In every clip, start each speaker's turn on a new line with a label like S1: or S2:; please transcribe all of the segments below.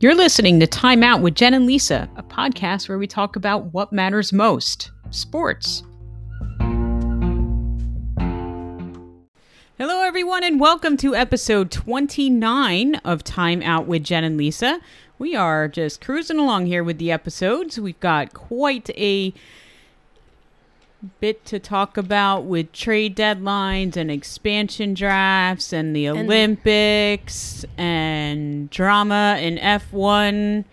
S1: You're listening to Time Out with Jen and Lisa, a podcast where we talk about what matters most sports. Hello, everyone, and welcome to episode 29 of Time Out with Jen and Lisa. We are just cruising along here with the episodes. We've got quite a bit to talk about with trade deadlines and expansion drafts and the Olympics and drama in F1.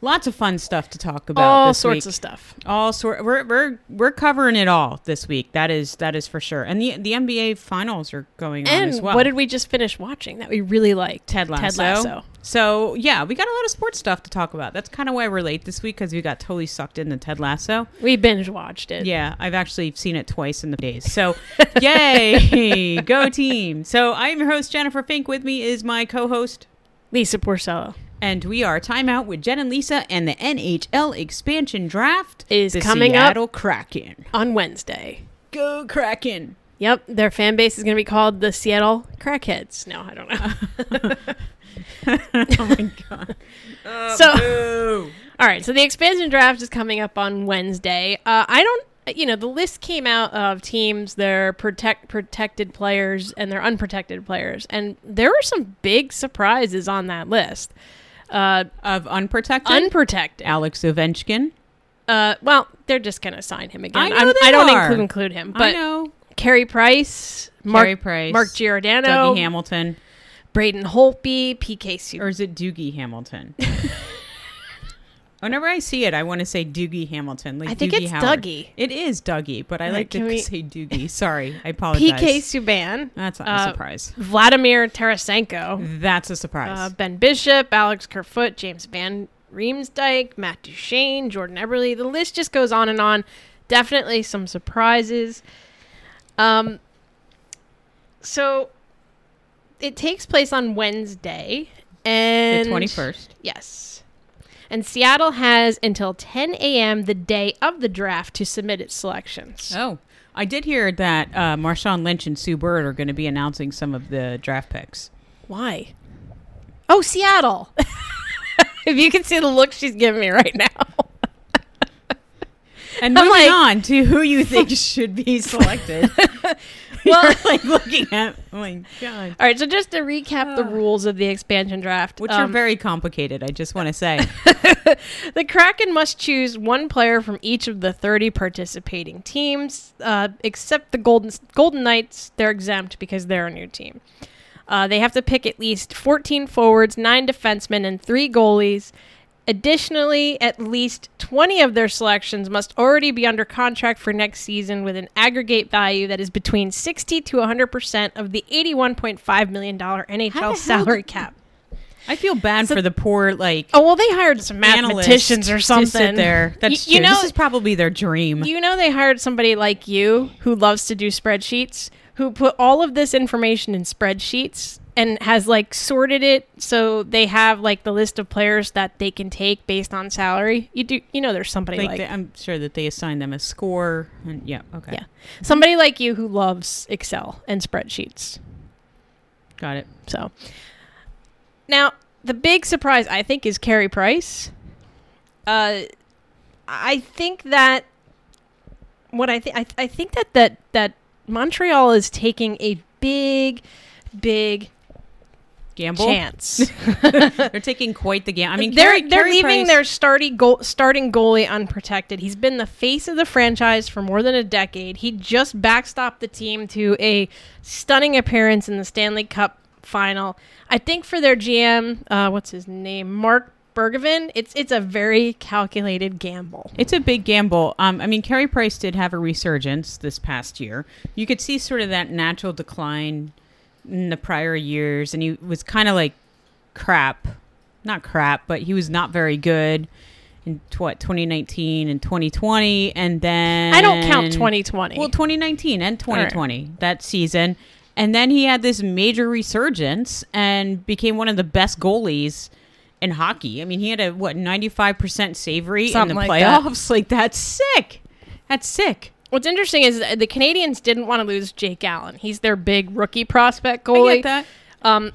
S1: Lots of fun stuff to talk about.
S2: all
S1: this
S2: sorts
S1: week.
S2: of stuff.
S1: All sort. We're we're we're covering it all this week. That is that is for sure. And the the NBA finals are going on as
S2: And
S1: well.
S2: what did we just finish watching that we really liked?
S1: Ted Lasso.
S2: Ted Lasso.
S1: So yeah, we got a lot of sports stuff to talk about. That's kind of why we're late this week because we got totally sucked into Ted Lasso.
S2: We binge watched it.
S1: Yeah, I've actually seen it twice in the days. So, yay, go team! So I'm your host Jennifer Fink. With me is my co-host,
S2: Lisa Porcello
S1: and we are Time Out with Jen and Lisa, and the NHL expansion draft
S2: Is
S1: the
S2: coming up.
S1: Seattle Kraken.
S2: on Wednesday.
S1: Go Kraken!
S2: Yep, their fan base is going to be called the Seattle Crackheads. No, I don't know.
S1: oh my god!
S2: so,
S1: Boo.
S2: all right, so the expansion draft is coming up on Wednesday. Uh, I don't, you know, the list came out of teams, their protect protected players and their unprotected players, and there were some big surprises on that list. Uh,
S1: Of unprotected,
S2: unprotected.
S1: Alex Ovechkin.
S2: Uh, well, they're just gonna sign him again.
S1: I know
S2: I'm-
S1: they
S2: I don't
S1: are.
S2: include include him,
S1: I
S2: but
S1: know
S2: Carey Price, Mark
S1: Carey Price,
S2: Mark Giordano,
S1: Dougie Hamilton,
S2: Braden Holtby, PK Su-
S1: or is it Doogie Hamilton? Whenever I see it, I want to say Doogie Hamilton. Like
S2: I think
S1: Doogie
S2: it's
S1: Howard.
S2: Dougie.
S1: It is Dougie, but I
S2: Like,
S1: like to
S2: can we-
S1: say Doogie. Sorry, I apologize.
S2: PK Subban,
S1: That's not a
S2: uh,
S1: surprise.
S2: Vladimir Tarasenko,
S1: That's a surprise.
S2: uh, Ben Bishop, Alex Kerfoot, James Van Riemsdyk, Matt Duchene, Jordan Eberle. The list just goes on and on. Definitely some surprises. Um, so it takes place on Wednesday,
S1: the
S2: and
S1: twenty first.
S2: Yes. And Seattle has until 10 a.m. the day of the draft to submit its selections.
S1: Oh, I did hear that uh, Marshawn Lynch and Sue Bird are going to be announcing some of the draft picks.
S2: Why? Oh, Seattle. if you can see the look she's giving me right now.
S1: And
S2: I'm
S1: moving
S2: like-
S1: on to who you think should be selected.
S2: Well-
S1: You're like looking at. Oh my god.
S2: All right, so just to recap the rules of the expansion draft,
S1: Ah. Which are
S2: um,
S1: very complicated. I just want to say.
S2: the Kraken must choose one player from each of the 30 participating teams, uh, except the Golden Golden Knights. They're exempt because they're a new team. Uh, they have to pick at least 14 forwards, nine defensemen, and three goalies. Additionally, at least 20 of their selections must already be under contract for next season with an aggregate value that is between 60 to 100% of the $81.5 million
S1: hell
S2: NHL salary
S1: did-
S2: cap.
S1: I feel bad for the poor like
S2: Oh, well, they hired some
S1: analysts
S2: mathematicians or something.
S1: To sit there, that's
S2: Y- you
S1: true.
S2: know,
S1: this is probably their dream.
S2: you know they hired somebody like you who loves to do spreadsheets who put all of this information in spreadsheets and has like sorted it so they have like the list of players that they can take based on salary you do you know there's somebody
S1: like,
S2: like,
S1: they- I'm sure that they assign them a score. And yeah, okay,
S2: yeah somebody like you who loves excel and spreadsheets
S1: got it.
S2: so now the big surprise i think is carrie price uh i think that what i think th- i think that that that montreal is taking a big big
S1: Gamble.
S2: chance
S1: They're taking quite the game. I mean,
S2: they're
S1: Carey-
S2: they're
S1: Carey
S2: leaving
S1: Price-
S2: their starting goal, starting goalie unprotected. He's been the face of the franchise for more than a decade. He just backstopped the team to a stunning appearance in the Stanley Cup final. I think for their GM, uh, what's his name, Mark Bergevin, it's it's a very calculated gamble.
S1: It's a big gamble. Um, I mean, Carey Price did have a resurgence this past year. You could see sort of that natural decline in the prior years, and he was kind of like crap, not crap, but he was not very good in t- what 2019 and 2020, and then
S2: I don't count 2020.
S1: Well, 2019 and 2020 that season, and then he had this major resurgence and became one of the best goalies in hockey. I mean, he had a what 95% save rate
S2: Something
S1: in the
S2: like that.
S1: playoffs. Like that's sick. That's sick.
S2: What's interesting is that the Canadians didn't want to lose Jake Allen. He's their big rookie prospect goalie.
S1: that.
S2: Um,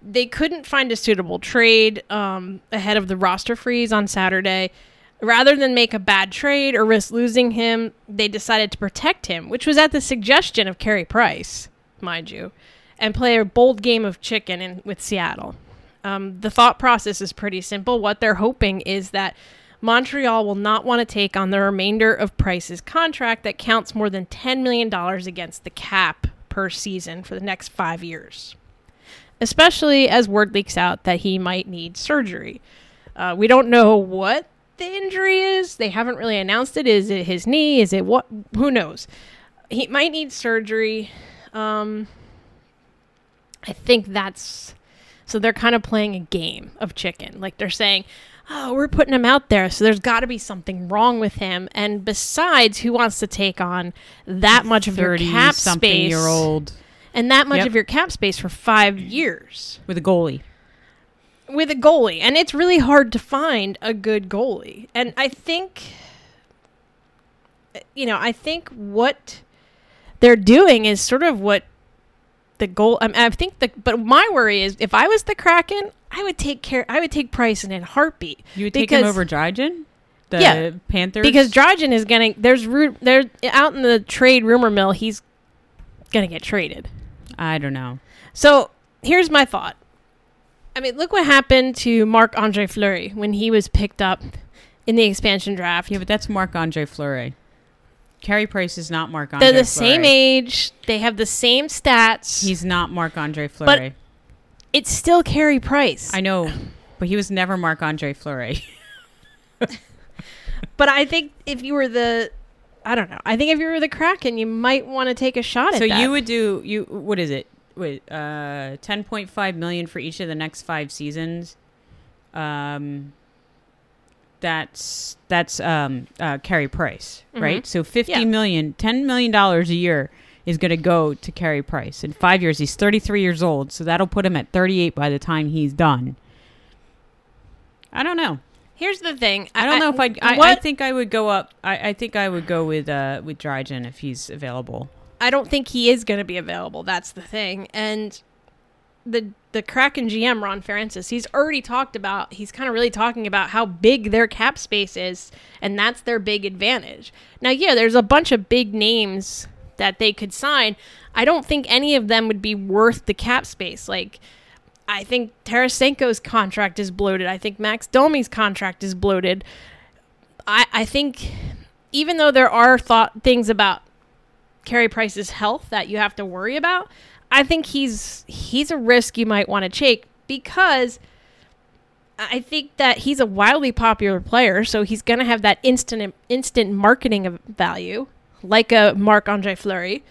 S2: they couldn't find a suitable trade um, ahead of the roster freeze on Saturday. Rather than make a bad trade or risk losing him, they decided to protect him, which was at the suggestion of Carey Price, mind you, and play a bold game of chicken in, with Seattle. Um, the thought process is pretty simple. What they're hoping is that Montreal will not want to take on the remainder of Price's contract that counts more than $10 million against the cap per season for the next five years especially as word leaks out that he might need surgery. Uh, we don't know what the injury is. They haven't really announced it. Is it his knee? Is it what? Who knows? He might need surgery. Um, I think that's. So they're kind of playing a game of chicken. Like they're saying, oh, we're putting him out there. So there's got to be something wrong with him. And besides, who wants to take on that much of your
S1: 30
S2: cap
S1: something
S2: space?
S1: year old
S2: and that much
S1: Yep.
S2: of your cap space for five years
S1: with a goalie.
S2: with a goalie. And it's really hard to find a good goalie. And I think, you know, I think what they're doing is sort of what the goal. I, mean, I think the. But my worry is, if I was the Kraken, I would take care. I would take Price in a heartbeat.
S1: You would take him
S2: Because-
S1: over Dryden, the
S2: Yeah,
S1: Panthers,
S2: because Dryden is getting there's ru- there out in the trade rumor mill. He's gonna get traded.
S1: I don't know.
S2: So here's my thought. I mean, look what happened to Marc Andre Fleury when he was picked up in the expansion draft.
S1: Yeah, but that's Marc Andre Fleury. Carey Price is not Marc Andre.
S2: They're the same
S1: Fleury.
S2: age. They have the same stats.
S1: He's not Marc Andre Fleury.
S2: it's still Carey Price.
S1: I know, but he was never Marc Andre Fleury.
S2: but I think if you were the, I don't know. I think if you were the Kraken, you might want to take a shot
S1: so
S2: at that.
S1: you would do you what is it? Wait, uh, ten point five million for each of the next five seasons. Um, that's that's um uh, Carey Price, right? So
S2: Mm-hmm. Yeah.
S1: fifty million, ten million dollars a year is going to go to Carey Price in five years. He's thirty three years old, so that'll put him at thirty eight by the time he's done. I don't know.
S2: Here's the thing.
S1: I don't know if I'd, I. I
S2: what-
S1: think I would go up. I, I think I would go with uh with Dryden if he's available.
S2: I don't think he is going to be available. That's the thing. And the the Kraken GM Ron Francis, he's already talked about. He's kind of really talking about how big their cap space is, and that's their big advantage. Now, yeah, there's a bunch of big names that they could sign. I don't think any of them would be worth the cap space. Like, I think Tarasenko's contract is bloated. I think Max Domi's contract is bloated. I I think even though there are thought things about Carey Price's health that you have to worry about, I think he's he's a risk you might want to take because I think that he's a wildly popular player, so he's going to have that instant instant marketing of value, like a Marc Andre Fleury.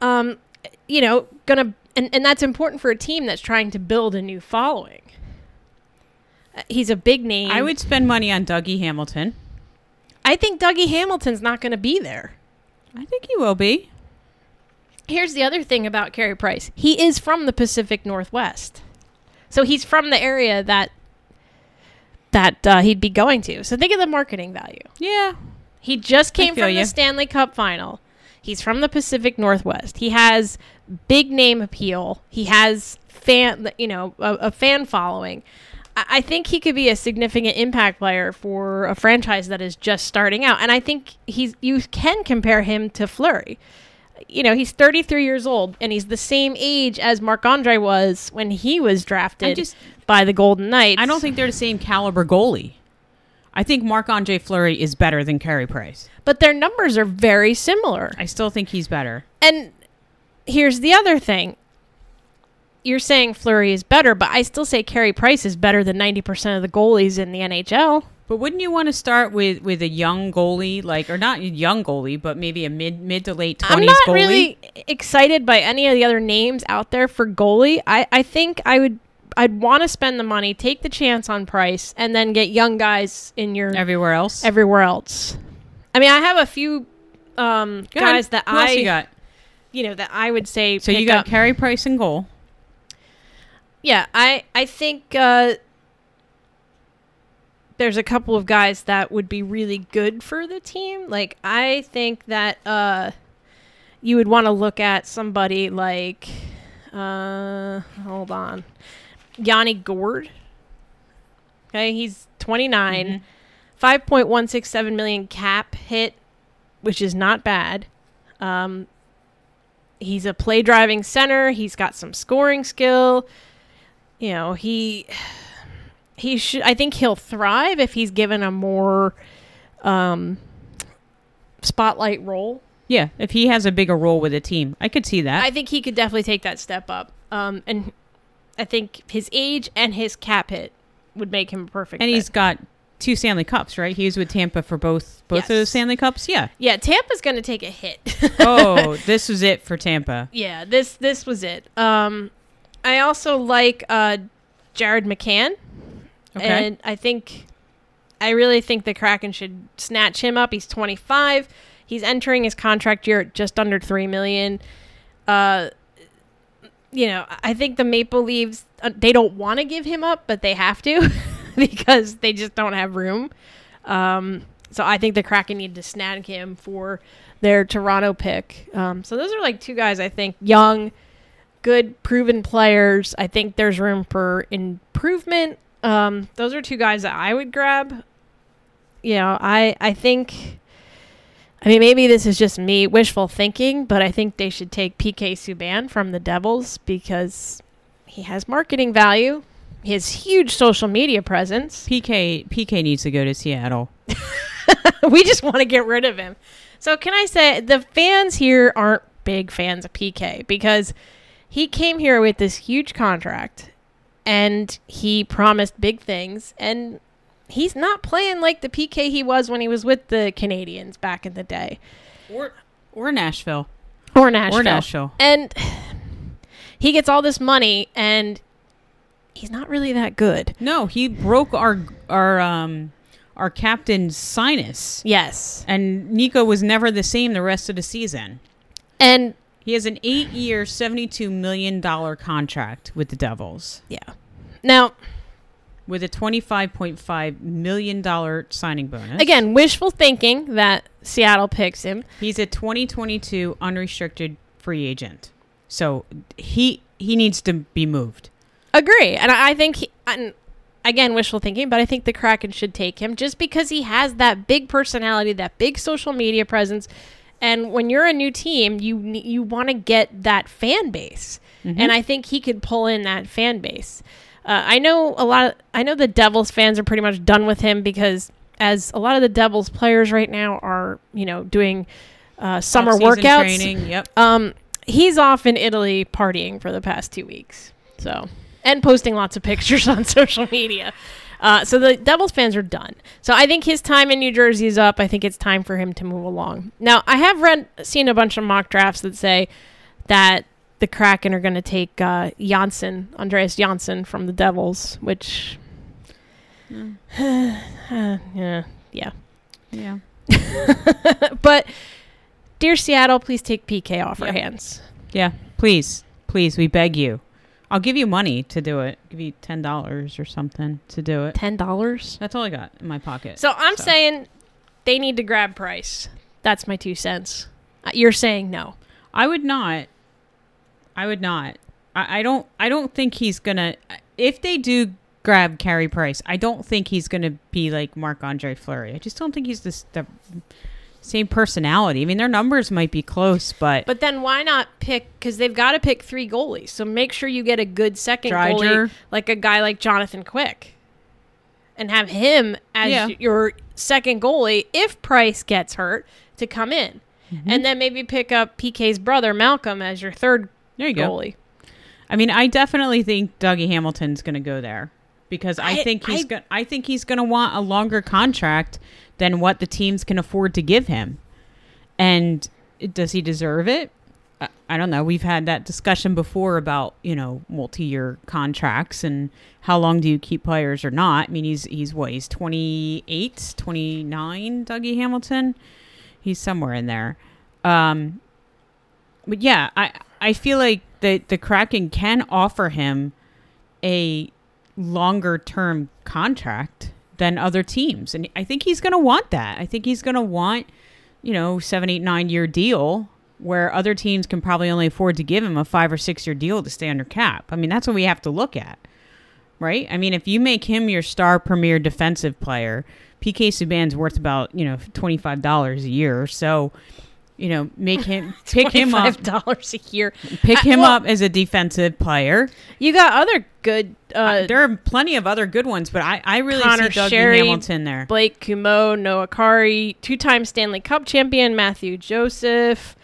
S2: Um, you know, gonna and, and that's important for a team that's trying to build a new following. Uh, He's a big name.
S1: I would spend money on Dougie Hamilton.
S2: I think Dougie Hamilton's not going to be there.
S1: I think he will be.
S2: Here's the other thing about Carey Price. He is from the Pacific Northwest. So he's from the area that that uh, he'd be going to. So think of the marketing value.
S1: Yeah.
S2: He just came
S1: feel
S2: from
S1: you.
S2: the Stanley Cup final. He's from the Pacific Northwest. He has big name appeal. He has fan, you know, a, a fan following. I, I think he could be a significant impact player for a franchise that is just starting out. And I think he's you can compare him to Flurry. You know, he's 33 years old and he's the same age as Marc Andre was when he was drafted
S1: just-
S2: by the Golden Knights.
S1: I don't think they're the same caliber goalie. I think Marc Andre Fleury is better than Carey Price.
S2: but their numbers are very similar.
S1: I still think he's better.
S2: And here's the other thing. You're saying Flurry is better, but I still say Carey Price is better than 90% of the goalies in the NHL.
S1: But wouldn't you want to start with with a young goalie, like or not a young goalie, but maybe a mid mid to late
S2: I'm
S1: twenties
S2: not
S1: goalie?
S2: really excited by any of the other names out there for goalie. I, I think I would I'd want to spend the money, take the chance on Price, and then get young guys in your
S1: Everywhere else,
S2: everywhere else. I mean, I have a few um,
S1: Go ahead.
S2: guys that
S1: Who
S2: I
S1: else you got?
S2: you know that I would say
S1: So you
S2: pick
S1: got
S2: up.
S1: Carey Price in goal.
S2: Yeah, I I think uh, there's a couple of guys that would be really good for the team. Like I think that uh, you would want to look at somebody like uh, hold on, Yanni Gord. Okay, he's 29. 5.167 million cap hit, which is not bad. Um, he's a play driving center. He's got some scoring skill. You know, he he should. I think he'll thrive if he's given a more um, spotlight role.
S1: Yeah, if he has a bigger role with a team, I could see that.
S2: I think he could definitely take that step up. Um, and I think his age and his cap hit would make him a perfect.
S1: and
S2: fit.
S1: he's got two Stanley Cups, right? He was with Tampa for both both of
S2: Yes.
S1: those Stanley Cups. Yeah.
S2: yeah, Tampa's going to take a hit.
S1: Oh, this was it for Tampa.
S2: yeah, this this was it. Um, I also like uh, Jared McCann,
S1: Okay.
S2: and I think I really think the Kraken should snatch him up. He's 25. He's entering his contract year at just under three million. Uh, you know, I I think the Maple Leaves uh, they don't want to give him up, but they have to because they just don't have room. Um, so I think the Kraken need to snag him for their Toronto pick. Um, so those are like two guys I think young, good, proven players. I think there's room for improvement. Um, those are two guys that I would grab. You know, I I think. I mean, maybe this is just me wishful thinking, but I think they should take PK Subban from the Devils because he has marketing value. He has huge social media presence.
S1: PK PK needs to go to Seattle.
S2: we just want to get rid of him. So can I say the fans here aren't big fans of PK because he came here with this huge contract and he promised big things and he's not playing like the PK he was when he was with the Canadians back in the day
S1: Or or Nashville.
S2: or Nashville.
S1: Or Nashville.
S2: And he gets all this money and he's not really that good.
S1: No, he broke our our um our captain's sinus.
S2: Yes.
S1: And Nico was never the same the rest of the season.
S2: And
S1: He has an eight year, $72 million contract with the Devils
S2: yeah. Now,
S1: with a $25.5 million signing bonus.
S2: again, wishful thinking that Seattle picks him.
S1: He's a 2022 unrestricted free agent. So he he needs to be moved.
S2: Agree, and I I think he, and again wishful thinking, but I think the Kraken should take him just because he has that big personality, that big social media presence, and when you're a new team, you ne- you want to get that fan base,
S1: Mm-hmm.
S2: and I think he could pull in that fan base. Uh, I know a lot. Of, I know the Devils fans are pretty much done with him because as a lot of the Devils players right now are, you know, doing uh, summer
S1: Off-season
S2: workouts.
S1: Training, yep.
S2: Um, he's off in Italy partying for the past two weeks. So, and posting lots of pictures on social media. Uh, so the Devils fans are done. So I think his time in New Jersey is up. I think it's time for him to move along. Now I have read, seen a bunch of mock drafts that say that the Kraken are going to take uh, Janssen, Andreas Janssen from the Devils, which, uh, yeah, yeah.
S1: Yeah.
S2: But dear Seattle, please take PK off our
S1: Yeah.
S2: hands.
S1: Yeah. Please, please, we beg you. I'll give you money to do it. Give you ten dollars or something to do it.
S2: Ten dollars.
S1: That's all I got in my pocket.
S2: So I'm
S1: So.
S2: saying they need to grab Price. That's my two cents. Uh, You're saying no.
S1: I would not. I would not. I, I don't. I don't think he's gonna. If they do grab Carey Price, I don't think he's gonna be like Marc Andre Fleury. I just don't think he's this the same personality. I mean, their numbers might be close, but,
S2: But then why not pick? Because they've got to pick three goalies. So make sure you get a good second
S1: Dreiger.
S2: goalie, like a guy like Jonathan Quick, and have him as
S1: Yeah.
S2: your second goalie if Price gets hurt to come in, and then maybe pick up PK's brother Malcolm as your third
S1: Mm-hmm. there you go.
S2: goalie.
S1: I mean, I definitely think Dougie Hamilton's gonna go there because I,
S2: I-
S1: think he's
S2: I-
S1: gonna. I think he's gonna want a longer contract than what the teams can afford to give him. And does he deserve it? I, I don't know. We've had that discussion before about you know multi-year contracts and how long do you keep players or not. I mean, he's he's what he's 28, 29, Dougie Hamilton. He's somewhere in there. Um, but yeah, I I feel like the the Kraken can offer him a longer term contract than other teams, and I think he's going to want that. I think he's going to want you know seven, eight, nine year deal where other teams can probably only afford to give him a five or six year deal to stay under cap. I mean, that's what we have to look at. right? I mean, if you make him your star premier defensive player, PK Subban's worth about you know twenty five dollars a year. So, you know, make him pick him up,
S2: Five dollars a year.
S1: pick
S2: I-
S1: him
S2: well-
S1: up as a defensive player.
S2: You got other good uh,
S1: Uh, there are plenty of other good ones, but I I really
S2: Connor
S1: see Dougie
S2: Sherry,
S1: Hamilton there.
S2: Blake Kumo, Noah Kari, two-time Stanley Cup champion Matthew Joseph.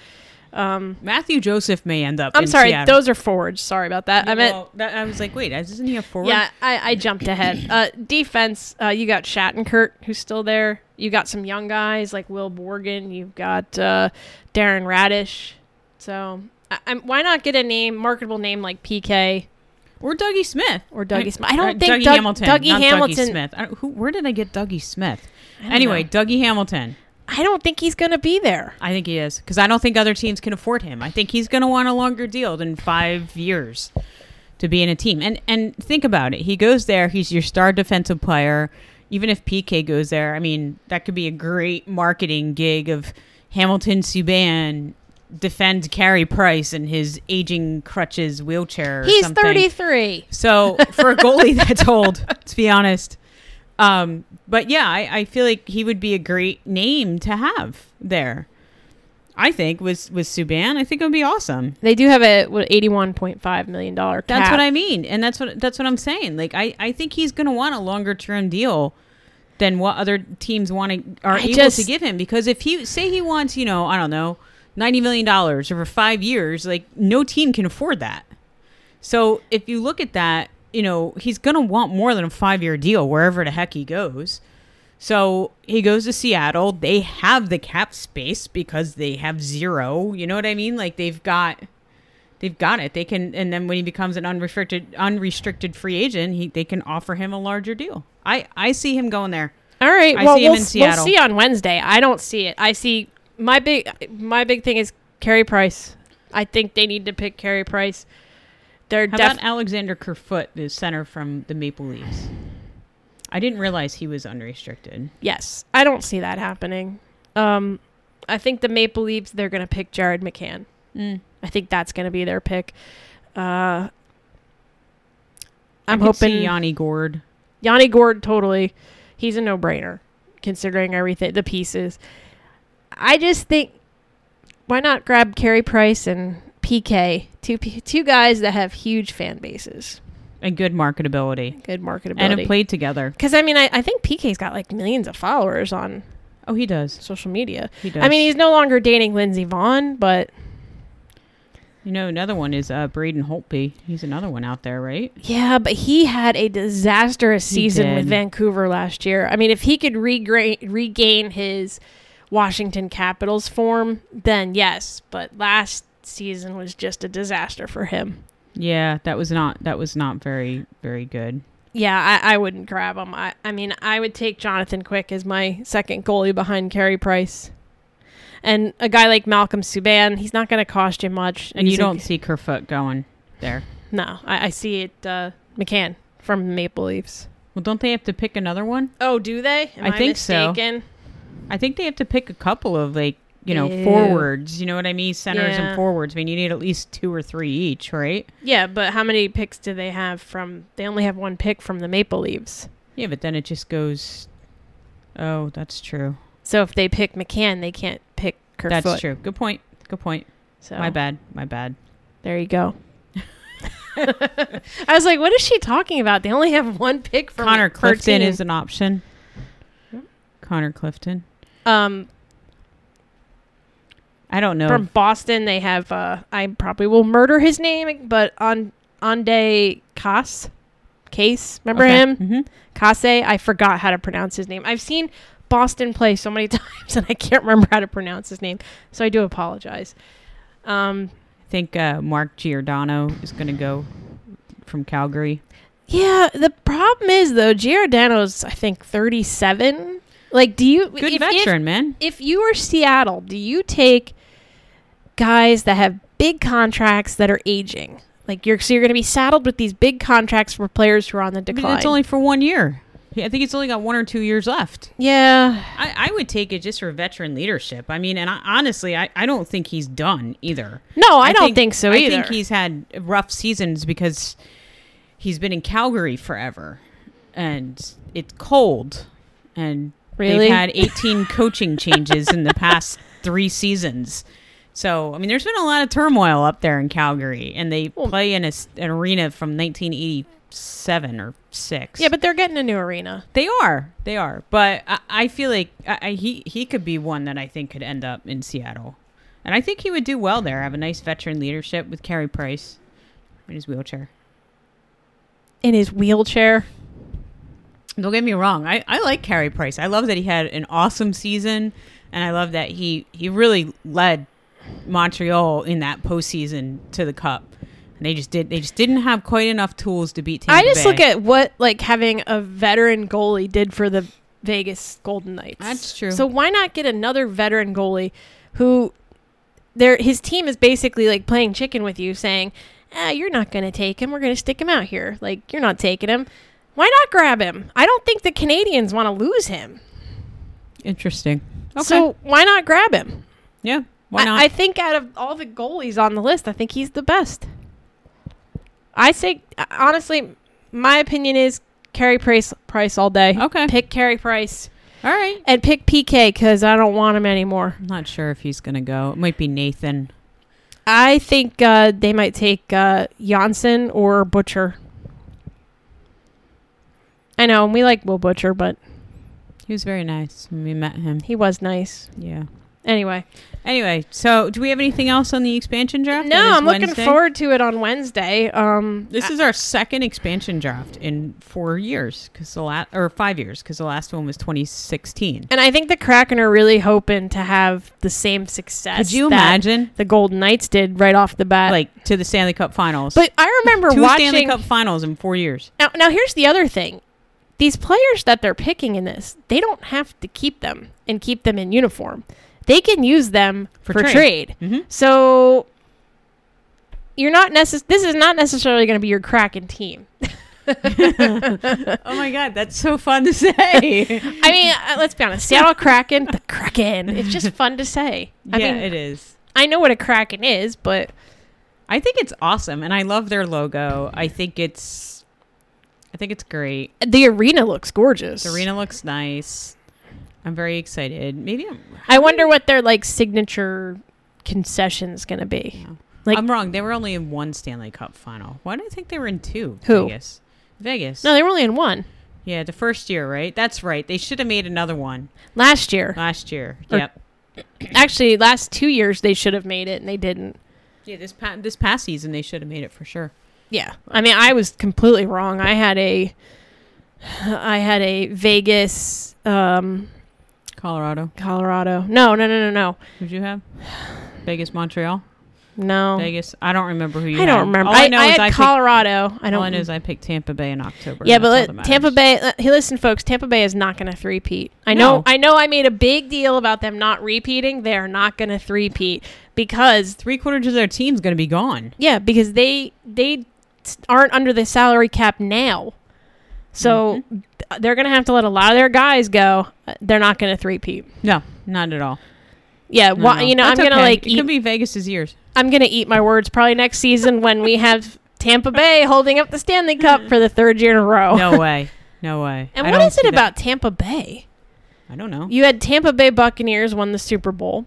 S2: Um,
S1: Matthew Joseph may end up.
S2: I'm
S1: in
S2: sorry,
S1: Seattle.
S2: those are forwards. Sorry about that. I meant
S1: Well, that, I was like, wait, isn't he a forward?
S2: yeah, I, I jumped ahead. Uh, defense, uh, you got Shattenkirk, who's still there. You got some young guys like Will Borgen. You've got uh, Darren Radish. So I, I'm, why not get a name, marketable name like PK
S1: or Dougie Smith.
S2: or Dougie Smith? I
S1: Or
S2: don't think
S1: Dougie
S2: Doug-
S1: Hamilton.
S2: Dougie
S1: not
S2: Hamilton.
S1: Dougie Smith. I don't- who? Where did I get Dougie Smith?
S2: don't
S1: Anyway,
S2: know.
S1: Dougie Hamilton.
S2: I don't think he's gonna be there.
S1: I think he is because I don't think other teams can afford him. I think he's going to want a longer deal than five years to be in a team. And and think about it. He goes there. He's your star defensive player. Even if PK goes there, I mean that could be a great marketing gig of Hamilton Subban defend Carey Price and his aging crutches wheelchair. Or
S2: He's
S1: something.
S2: 33.
S1: So for a goalie that's old, to be honest. Um, but yeah, I, I feel like he would be a great name to have there. I think was was Subban. I think it would be awesome.
S2: They do have a what, 81.5 million dollar cap.
S1: That's what I mean, and that's what that's what I'm saying. Like I, I think he's going to want a longer term deal than what other teams want to are
S2: I
S1: able
S2: just-
S1: to give him because if he say he wants you know I don't know ninety million dollars over five years, like no team can afford that. So if you look at that, you know he's going to want more than a five year deal wherever the heck he goes. So he goes to Seattle. They have the cap space because they have zero. You know what I mean? Like they've got they've got it. They can, and then when he becomes an unrestricted unrestricted free agent, he they can offer him a larger deal. I I see him going there.
S2: All right.
S1: I
S2: well,
S1: see him
S2: we'll,
S1: in
S2: s-
S1: Seattle.
S2: we'll see on Wednesday. I don't see it. I see my big my big thing is Carey Price. I think they need to pick Carey Price. They're
S1: How
S2: def-
S1: about Alexander Kerfoot, the center from the Maple Leafs? I didn't realize he was unrestricted.
S2: yes. I don't see that happening. Um, I think the Maple Leafs they're going to pick Jared McCann. I think that's going to be their pick. Uh,
S1: I
S2: I'm
S1: could see
S2: hoping
S1: Yanni Gord.
S2: Yanni Gord totally. He's a no-brainer considering everything the pieces. I just think why not grab Carey Price and PK, two p- two guys that have huge fan bases,
S1: and good marketability,
S2: good
S1: and
S2: marketability.
S1: have played together.
S2: Because I mean, I, I think PK's got like millions of followers on
S1: Oh, he does.
S2: social media.
S1: He does.
S2: I mean, he's no longer dating Lindsey Vaughn, but
S1: you know, another one is uh, Braden Holtby. He's another one out there, right?
S2: yeah, but he had a disastrous
S1: He
S2: season with
S1: did.
S2: Vancouver last year. I mean, if he could regra- regain his Washington Capitals form, then yes. But last season was just a disaster for him.
S1: Yeah, that was not that was not very very good.
S2: Yeah, I, I wouldn't grab him. I, I mean, I would take Jonathan Quick as my second goalie behind Carey Price. And a guy like Malcolm Subban, he's not going to cost you much.
S1: And you
S2: He's a-
S1: don't see Kerfoot going there.
S2: No, I, I see it. Uh, McCann from Maple Leafs.
S1: Well, don't they have to pick another one?
S2: Oh, do they?
S1: I think so.
S2: so.
S1: I think they have to pick a couple of like you know
S2: Ew.
S1: forwards. You know what I mean? Centers
S2: Yeah.
S1: and forwards. I mean, you need at least two or three each, right?
S2: Yeah, but how many picks do they have from? They only have one pick from the Maple Leaves.
S1: Yeah, but then it just goes. Oh, that's true.
S2: So if they pick McCann, they can't pick Kerfoot.
S1: That's true. Good point. Good point.
S2: So
S1: My bad. My bad.
S2: There you go. I was like, what is she talking about? They only have one pick from
S1: Connor
S2: per
S1: Clifton
S2: team.
S1: is an option. Connor Clifton.
S2: um
S1: I don't know.
S2: from Boston. They have uh, I probably will murder his name, but on Ande Cas case. Remember him?
S1: hmm
S2: Kase, I forgot how to pronounce his name. I've seen Boston play so many times and I can't remember how to pronounce his name. So I do apologize. Um,
S1: I think uh, Mark Giordano is going to go from Calgary.
S2: yeah, the problem is though, Giordano's I think 37. Like do you
S1: Good
S2: if, if,
S1: veteran, man.
S2: if you are Seattle, do you take guys that have big contracts that are aging? Like you're so you're going to be saddled with these big contracts for players who are on the
S1: I
S2: decline.
S1: mean, it's only for one year. Yeah, I think it's only got one or two years left.
S2: yeah.
S1: I, I would take it just for veteran leadership. I mean, and I, honestly, I, I don't think he's done either.
S2: No, I, don't think, so either.
S1: I think he's had rough seasons because he's been in Calgary forever, and it's cold, and
S2: Really?
S1: they've had 18 coaching changes in the past three seasons. So I mean, there's been a lot of turmoil up there in Calgary, and they
S2: Well-
S1: play in a s an arena from 1987 or six.
S2: Yeah, but they're getting a new arena.
S1: They are. They are. But I, I feel like I, I, he he could be one that I think could end up in Seattle, and I think he would do well there. Have a nice veteran leadership with Carey Price in his wheelchair.
S2: In his wheelchair.
S1: Don't get me wrong. I, I like Carey Price. I love that he had an awesome season, and I love that he he really led Montreal in that postseason to the cup. And they just did. They just didn't have quite enough tools to beat. Tampa
S2: I just
S1: Bay.
S2: look at what like having a veteran goalie did for the Vegas Golden Knights.
S1: That's true.
S2: So why not get another veteran goalie who their his team is basically like playing chicken with you saying, "Ah, you're not going to take him. We're going to stick him out here. Like you're not taking him. Why not grab him? I don't think the Canadians want to lose him.
S1: interesting. Okay.
S2: So why not grab him?
S1: yeah. Why
S2: I-
S1: not?
S2: I, think out of all the goalies on the list, I think he's the best. I say uh, honestly, my opinion is Carey Price Price all day.
S1: Okay.
S2: Pick Carey Price
S1: All right.
S2: and pick PK because I don't want him anymore.
S1: I'm not sure if he's gonna go. It might be Nathan.
S2: I think uh, they might take uh, Janssen or Butcher. I know, and we like Will Butcher, but
S1: He was very nice when we met him.
S2: he was nice.
S1: Yeah.
S2: Anyway,
S1: Anyway, so do we have anything else on the expansion draft? That
S2: no,
S1: is
S2: I'm looking
S1: Wednesday?
S2: forward to it on Wednesday. Um,
S1: This is our second expansion draft in four years, because the last or five years, because the last one was 2016.
S2: And I think the Kraken are really hoping to have the same success.
S1: Could you
S2: that
S1: imagine,
S2: the Golden Knights did right off the bat?
S1: like, to the Stanley Cup Finals?
S2: but I remember
S1: two
S2: watching.
S1: Stanley Cup Finals in four years.
S2: Now, now here's the other thing: these players that they're picking in this, they don't have to keep them and keep them in uniform. They can use them
S1: For
S2: for,
S1: trade.
S2: trade.
S1: Mm-hmm.
S2: So you're not necess- This is not necessarily going to be your Kraken team.
S1: Oh my God, that's so fun to say.
S2: I mean, uh, let's be honest: Seattle Kraken, the Kraken. It's just fun to say. I
S1: yeah,
S2: mean,
S1: it is.
S2: I know what a Kraken is, but
S1: I think it's awesome, and I love their logo. I think it's, I think it's great.
S2: The arena looks gorgeous.
S1: The arena looks nice. I'm very excited. Maybe I'm,
S2: I wonder what their like signature concession's gonna be. Like-
S1: I'm wrong. They were only in one Stanley Cup final. Why do I think they were in two?
S2: Who?
S1: Vegas. Vegas.
S2: No, they were only in one
S1: yeah, the first year, right? That's right. They should have made another one
S2: last year.
S1: last year.
S2: Or-
S1: yep.
S2: Actually, last two years they should have made it and they didn't.
S1: Yeah, this pa- this past season they should have made it for sure.
S2: Yeah, I mean, I was completely wrong. I had a, I had a Vegas, um,
S1: Colorado.
S2: Colorado. No, no, no, no, no,
S1: Who'd you have? Vegas, Montreal,
S2: no.
S1: Vegas. I don't remember who you.
S2: Oh. I
S1: had.
S2: don't remember.
S1: All
S2: I,
S1: I know
S2: I
S1: is
S2: had
S1: I picked,
S2: Colorado. I don't.
S1: all I know is I picked Tampa Bay in October.
S2: Yeah,
S1: and
S2: but
S1: that's all
S2: let,
S1: that matters.
S2: Tampa Bay. let- Hey, listen, folks. Tampa Bay is not going to three-peat. I
S1: No.
S2: know. I know. I made a big deal about them not repeating. They are not going to three-peat because
S1: Three quarters of their team's going to be gone.
S2: yeah, because they they s- aren't under the salary cap now, so
S1: Mm-hmm.
S2: th- they're going to have to let a lot of their guys go. Uh, They're not going to three-peat.
S1: No, not at all.
S2: Yeah,
S1: No,
S2: Uh, wha-
S1: no.
S2: you know,
S1: That's
S2: I'm going
S1: okay.
S2: to like
S1: it
S2: eat,
S1: could be Vegas's years.
S2: I'm going to eat my words probably next season when we have Tampa Bay holding up the Stanley Cup for the third year in a row.
S1: No way. No way.
S2: Oh. And
S1: I
S2: what
S1: don't
S2: is it
S1: see that-
S2: about Tampa Bay?
S1: I don't know.
S2: You had Tampa Bay Buccaneers won the Super Bowl.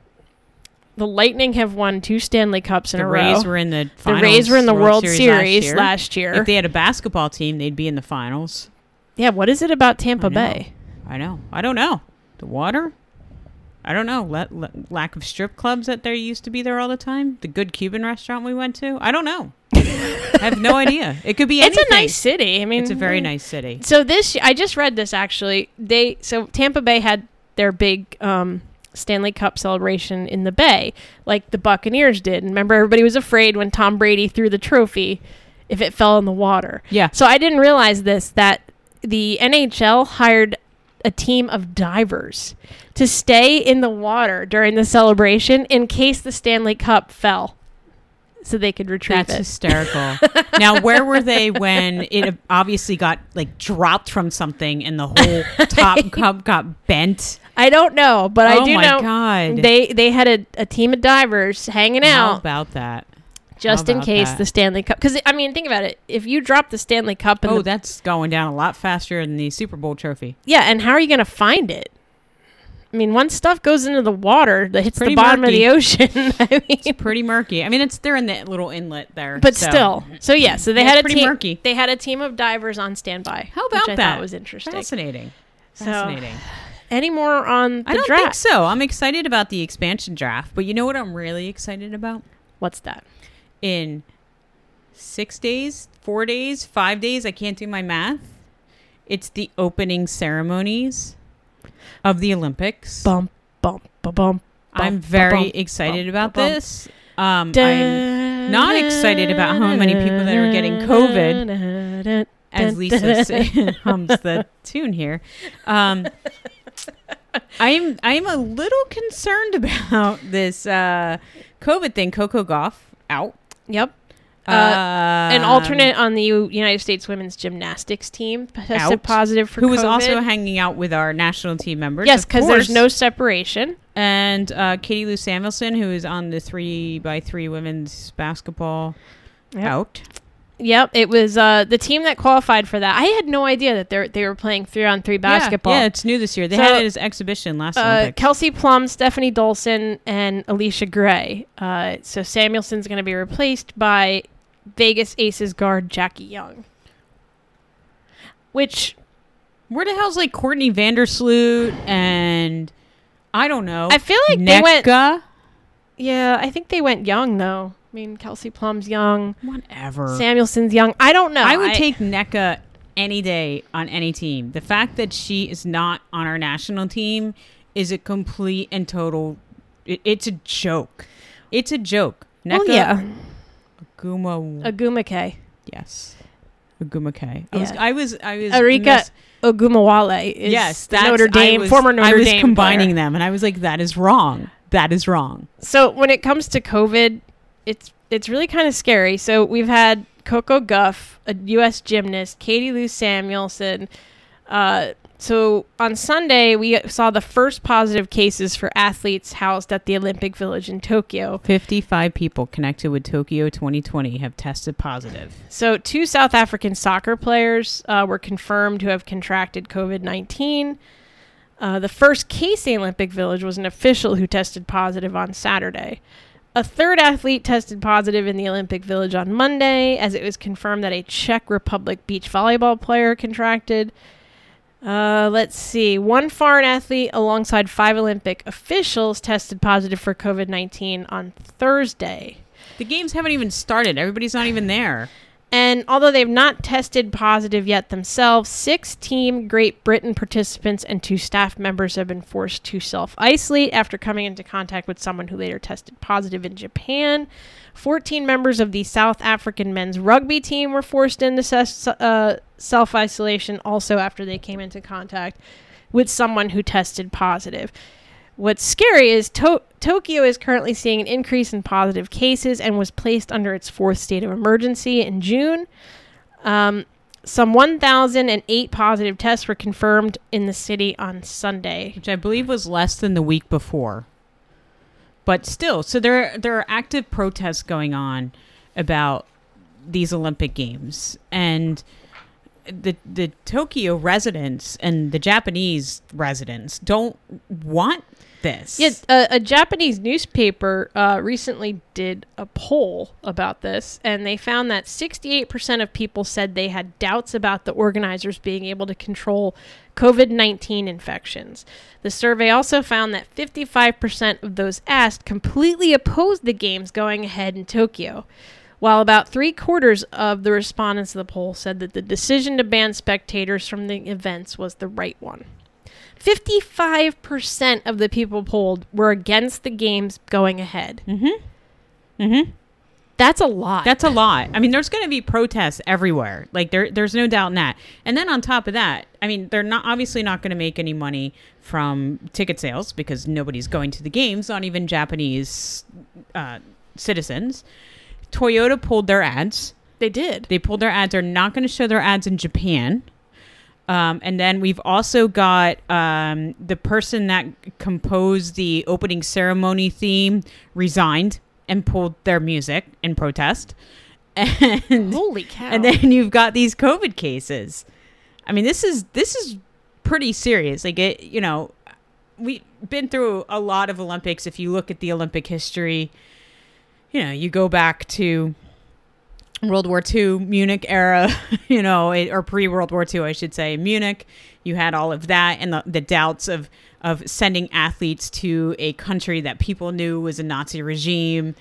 S2: The Lightning have won two Stanley Cups in
S1: the
S2: a
S1: Rays
S2: row.
S1: were in the
S2: the
S1: finals,
S2: Rays were in the World, Series,
S1: year.
S2: last year.
S1: If they had a basketball team, they'd be in the finals.
S2: yeah, what is it about
S1: I
S2: Tampa
S1: know.
S2: Bay?
S1: I know. I don't know. The water? I don't know. Let, let- lack of strip clubs that there used to be there all the time. The good Cuban restaurant we went to. I don't know. I have no idea. It could be.
S2: It's a
S1: anything.
S2: nice city. I mean, mm.
S1: It's a very nice city.
S2: So this, I just read this actually. They so Tampa Bay had their big um, Stanley Cup celebration in the Bay, like the Buccaneers did. And Remember, everybody was afraid when Tom Brady threw the trophy if it fell in the water.
S1: Yeah.
S2: So I didn't realize this that the NHL hired a team of divers to stay in the water during the celebration in case the Stanley Cup fell, so they could retrieve
S1: That's
S2: it.
S1: hysterical. now, where were they when it obviously got like dropped from something and the whole top cup got bent?
S2: I don't know, but
S1: oh
S2: I do
S1: my
S2: know
S1: god!
S2: they they had a, a team of divers hanging
S1: How
S2: out
S1: about that?
S2: just in
S1: about
S2: case
S1: that?
S2: the Stanley Cup. Because I mean, think about it. If you drop the Stanley Cup, and
S1: Oh,
S2: the,
S1: that's going down a lot faster than the Super Bowl trophy.
S2: yeah, and how are you going to find it? I mean, once stuff goes into the water that hits the
S1: pretty
S2: bottom
S1: murky.
S2: of the ocean, I mean,
S1: It's pretty murky. I mean, it's they're in that little inlet there,
S2: but
S1: so-
S2: still. So yeah, so they
S1: Yeah, it's
S2: had a
S1: pretty
S2: team.
S1: murky.
S2: They had a team of divers on standby.
S1: How about
S2: which I
S1: that?
S2: Thought was interesting.
S1: fascinating.
S2: So,
S1: Fascinating.
S2: Any more on the
S1: I don't
S2: draft?
S1: think so. I'm excited about the expansion draft, but you know what I'm really excited about?
S2: What's that?
S1: In six days, four days, five days, I can't do my math. It's the opening ceremonies of the Olympics.
S2: Bump bump ba bump.
S1: I'm
S2: bump,
S1: very
S2: bump,
S1: excited about
S2: bump, bump.
S1: this. Um, I'm not excited about how many people that are getting COVID. as Lisa sing- hums the tune here. Um, I'm I'm a little concerned about this uh, COVID thing. Coco Goff out. Um,
S2: Yep. Uh, An
S1: An
S2: alternate on the U- United States women's gymnastics team tested
S1: Out.
S2: positive for
S1: who
S2: COVID.
S1: was also hanging out with our national team members.
S2: yes,
S1: because
S2: because there's no separation.
S1: and uh, Katie Lou Samuelson, who is on the three by three women's basketball
S2: Yep.
S1: out.
S2: Yep, it was uh, the team that qualified for that. I had no idea that they they were playing three on three basketball.
S1: Yeah, yeah, it's new this year. They
S2: So,
S1: had it as exhibition last
S2: uh,
S1: Olympics.
S2: Kelsey Plum, Stephanie Dolson, and Alicia Gray. Uh, so Samuelson's going to be replaced by Vegas Aces guard Jackie Young. Which
S1: Where the hell's like Courtney Vandersloot and I don't know.
S2: I feel like they went.
S1: Netka?
S2: Yeah, I think they went young though. I mean, Kelsey Plum's young,
S1: Whatever.
S2: Samuelson's young. I don't know.
S1: Uh, I would take NECA any day on any team. The fact that she is not on our national team is a complete and total. It, it's a joke. It's a joke. NECA.
S2: Well, yeah,
S1: Aguma.
S2: Agumake,
S1: yes. Aguma K. I was.
S2: Yeah.
S1: I was. I was.
S2: Arika
S1: mis-
S2: Ogumawale is
S1: yes.
S2: the
S1: That's,
S2: Notre
S1: I
S2: Dame,
S1: was,
S2: former Notre
S1: I was
S2: Dame
S1: combining
S2: player.
S1: them, and I was like, "That is wrong. That is wrong."
S2: So when it comes to COVID, it's it's really kind of scary. So we've had Coco Guff, a U.S. gymnast, Katie Lou Samuelson. Uh, so on Sunday, we saw the first positive cases for athletes housed at the Olympic Village in Tokyo.
S1: 55 people connected with Tokyo 2020 have tested positive.
S2: So, two South African soccer players uh, were confirmed who have contracted COVID 19. Uh, the first case in Olympic Village was an official who tested positive on Saturday. A third athlete tested positive in the Olympic Village on Monday, as it was confirmed that a Czech Republic beach volleyball player contracted. Uh, let's see. One foreign athlete alongside five Olympic officials tested positive for COVID 19 on Thursday.
S1: The games haven't even started. Everybody's not even there.
S2: And although they've not tested positive yet themselves, six team Great Britain participants and two staff members have been forced to self isolate after coming into contact with someone who later tested positive in Japan. 14 members of the South African men's rugby team were forced into ses- uh, self isolation also after they came into contact with someone who tested positive. What's scary is to- Tokyo is currently seeing an increase in positive cases and was placed under its fourth state of emergency in June. Um, some 1,008 positive tests were confirmed in the city on Sunday.
S1: which I believe was less than the week before. But still, so there there are active protests going on about these Olympic games and the the Tokyo residents and the Japanese residents don't want this.
S2: Yeah, a, a Japanese newspaper uh, recently did a poll about this, and they found that 68% of people said they had doubts about the organizers being able to control COVID 19 infections. The survey also found that 55% of those asked completely opposed the games going ahead in Tokyo. While about three quarters of the respondents of the poll said that the decision to ban spectators from the events was the right one. 55% of the people polled were against the games going ahead. Mm hmm. Mm hmm. Mm-hmm. That's a lot.
S1: That's a lot. I mean, there's going to be protests everywhere. Like there, there's no doubt in that. And then on top of that, I mean, they're not obviously not going to make any money from ticket sales because nobody's going to the games, not even Japanese uh, citizens. Toyota pulled their ads.
S2: they did.
S1: They pulled their ads. They're not going to show their ads in Japan. Um, and then we've also got um, the person that composed the opening ceremony theme resigned and pulled their music in protest. And
S2: Holy cow.
S1: and then you've got these COVID cases. I mean, this is this is pretty serious. Like it, you know, we've been through a lot of Olympics. If you look at the Olympic history, you know, you go back to World War II, Munich era, you know, it, or pre World War II, I should say, Munich. You had all of that and the, the doubts of of sending athletes to a country that people knew was a Nazi regime,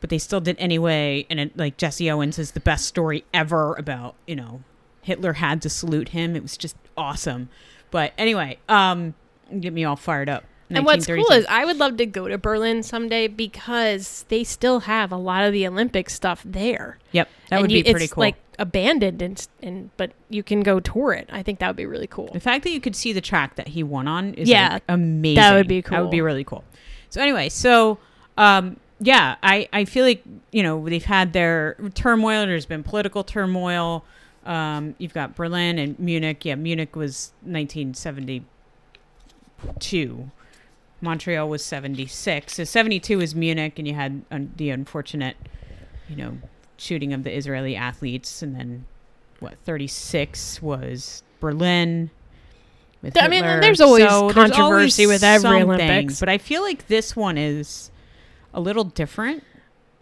S1: but they still did anyway. And it, like Jesse Owens is the best story ever about you know Hitler had to salute him. It was just awesome. But anyway, um, get me all fired up.
S2: And what's cool
S1: 1936.
S2: is I would love to go to Berlin someday because they still have a lot of the Olympic stuff there.
S1: yep, that
S2: And
S1: would
S2: you-
S1: be pretty
S2: it's,
S1: cool.
S2: Like abandoned and s- and but you can go tour it. I think that would be really cool.
S1: The fact that you could see the track that he won on is
S2: Yeah,
S1: like, amazing.
S2: that would be
S1: That would be
S2: cool.
S1: really cool. So anyway, so um, yeah, I, I feel like you know they've had their turmoil. There's been political turmoil. Um, you've got Berlin and Munich. Yeah, Munich was 1972. Montreal was 76. So 72 is Munich, and you had un- the unfortunate, you know, shooting of the Israeli athletes, and then what 36 was Berlin. with
S2: Th- I mean,
S1: Hitler.
S2: there's always
S1: So there's
S2: controversy with every
S1: something,
S2: Olympics.
S1: but I feel like this one is a little different.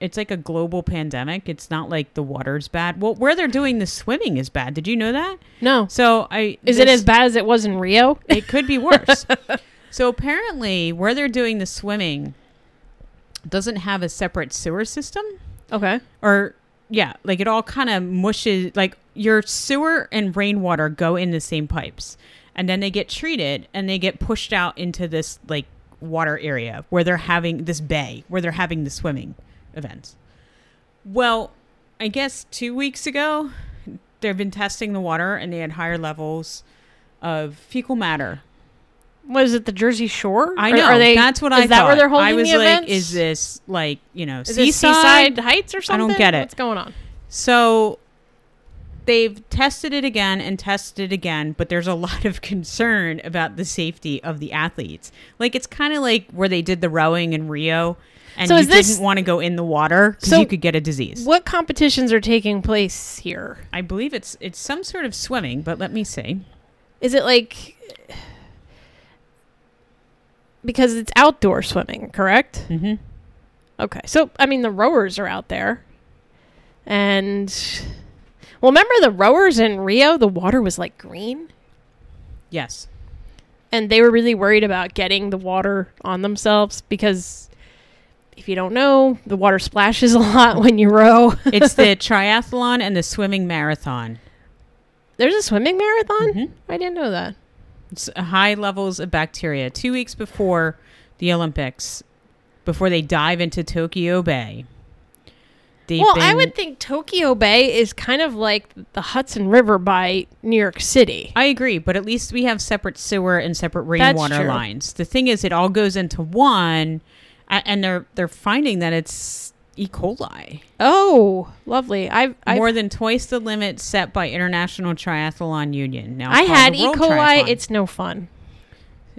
S1: It's like a global pandemic. It's not like the water's bad. Well, where they're doing the swimming is bad. Did you know that?
S2: No.
S1: So I
S2: Is it
S1: this-
S2: as bad as it was in Rio?
S1: it could be worse. so apparently, where they're doing the swimming doesn't have a separate sewer system,
S2: Okay.
S1: or yeah, like it all kind of mushes. Like your sewer and rainwater go in the same pipes, and then they get treated and they get pushed out into this like water area where they're having this bay where they're having the swimming events. Well, I guess two weeks ago, they've been testing the water and they had higher levels of fecal matter
S2: Was it the Jersey Shore?
S1: I
S2: Or
S1: know.
S2: Are they,
S1: that's what
S2: is
S1: I
S2: Is that where
S1: thought.
S2: they're holding
S1: I was
S2: the
S1: like,
S2: events?
S1: is this like you know
S2: Is it
S1: seaside?
S2: Seaside Heights or
S1: I
S2: something?
S1: don't get it.
S2: What's going on?
S1: So they've tested it again and tested it again, but there's a lot of concern about the safety of the athletes. Like it's kind of like where they did the rowing in Rio, and
S2: So
S1: you
S2: is this-
S1: didn't want to go in the water because
S2: So
S1: you could get a disease.
S2: What competitions are taking place here?
S1: I believe it's it's some sort of swimming, but let me see.
S2: Is it like because it's outdoor swimming, correct?
S1: Mm-hmm.
S2: Okay. So I mean the rowers are out there. And well, remember the rowers in Rio, the water was like green
S1: Yes.
S2: and they were really worried about getting the water on themselves because if you don't know, the water splashes a lot when you row.
S1: It's the triathlon and the swimming marathon.
S2: There's a swimming marathon?
S1: Mhm.
S2: I didn't know that.
S1: s- high levels of bacteria two weeks before the Olympics, before they dive into Tokyo Bay. They've
S2: well, I
S1: been-
S2: would think Tokyo Bay is kind of like the Hudson River by New York City.
S1: I agree, but at least we have separate sewer and separate
S2: That's
S1: rainwater
S2: true.
S1: lines. The thing is, it all goes into one, a- and they're they're finding that it's E. coli.
S2: Oh, lovely. I've, I've
S1: More than twice the limit set by International Triathlon Union. Now
S2: I
S1: called
S2: had
S1: the
S2: E.
S1: World
S2: coli.
S1: Triathlon.
S2: It's no fun.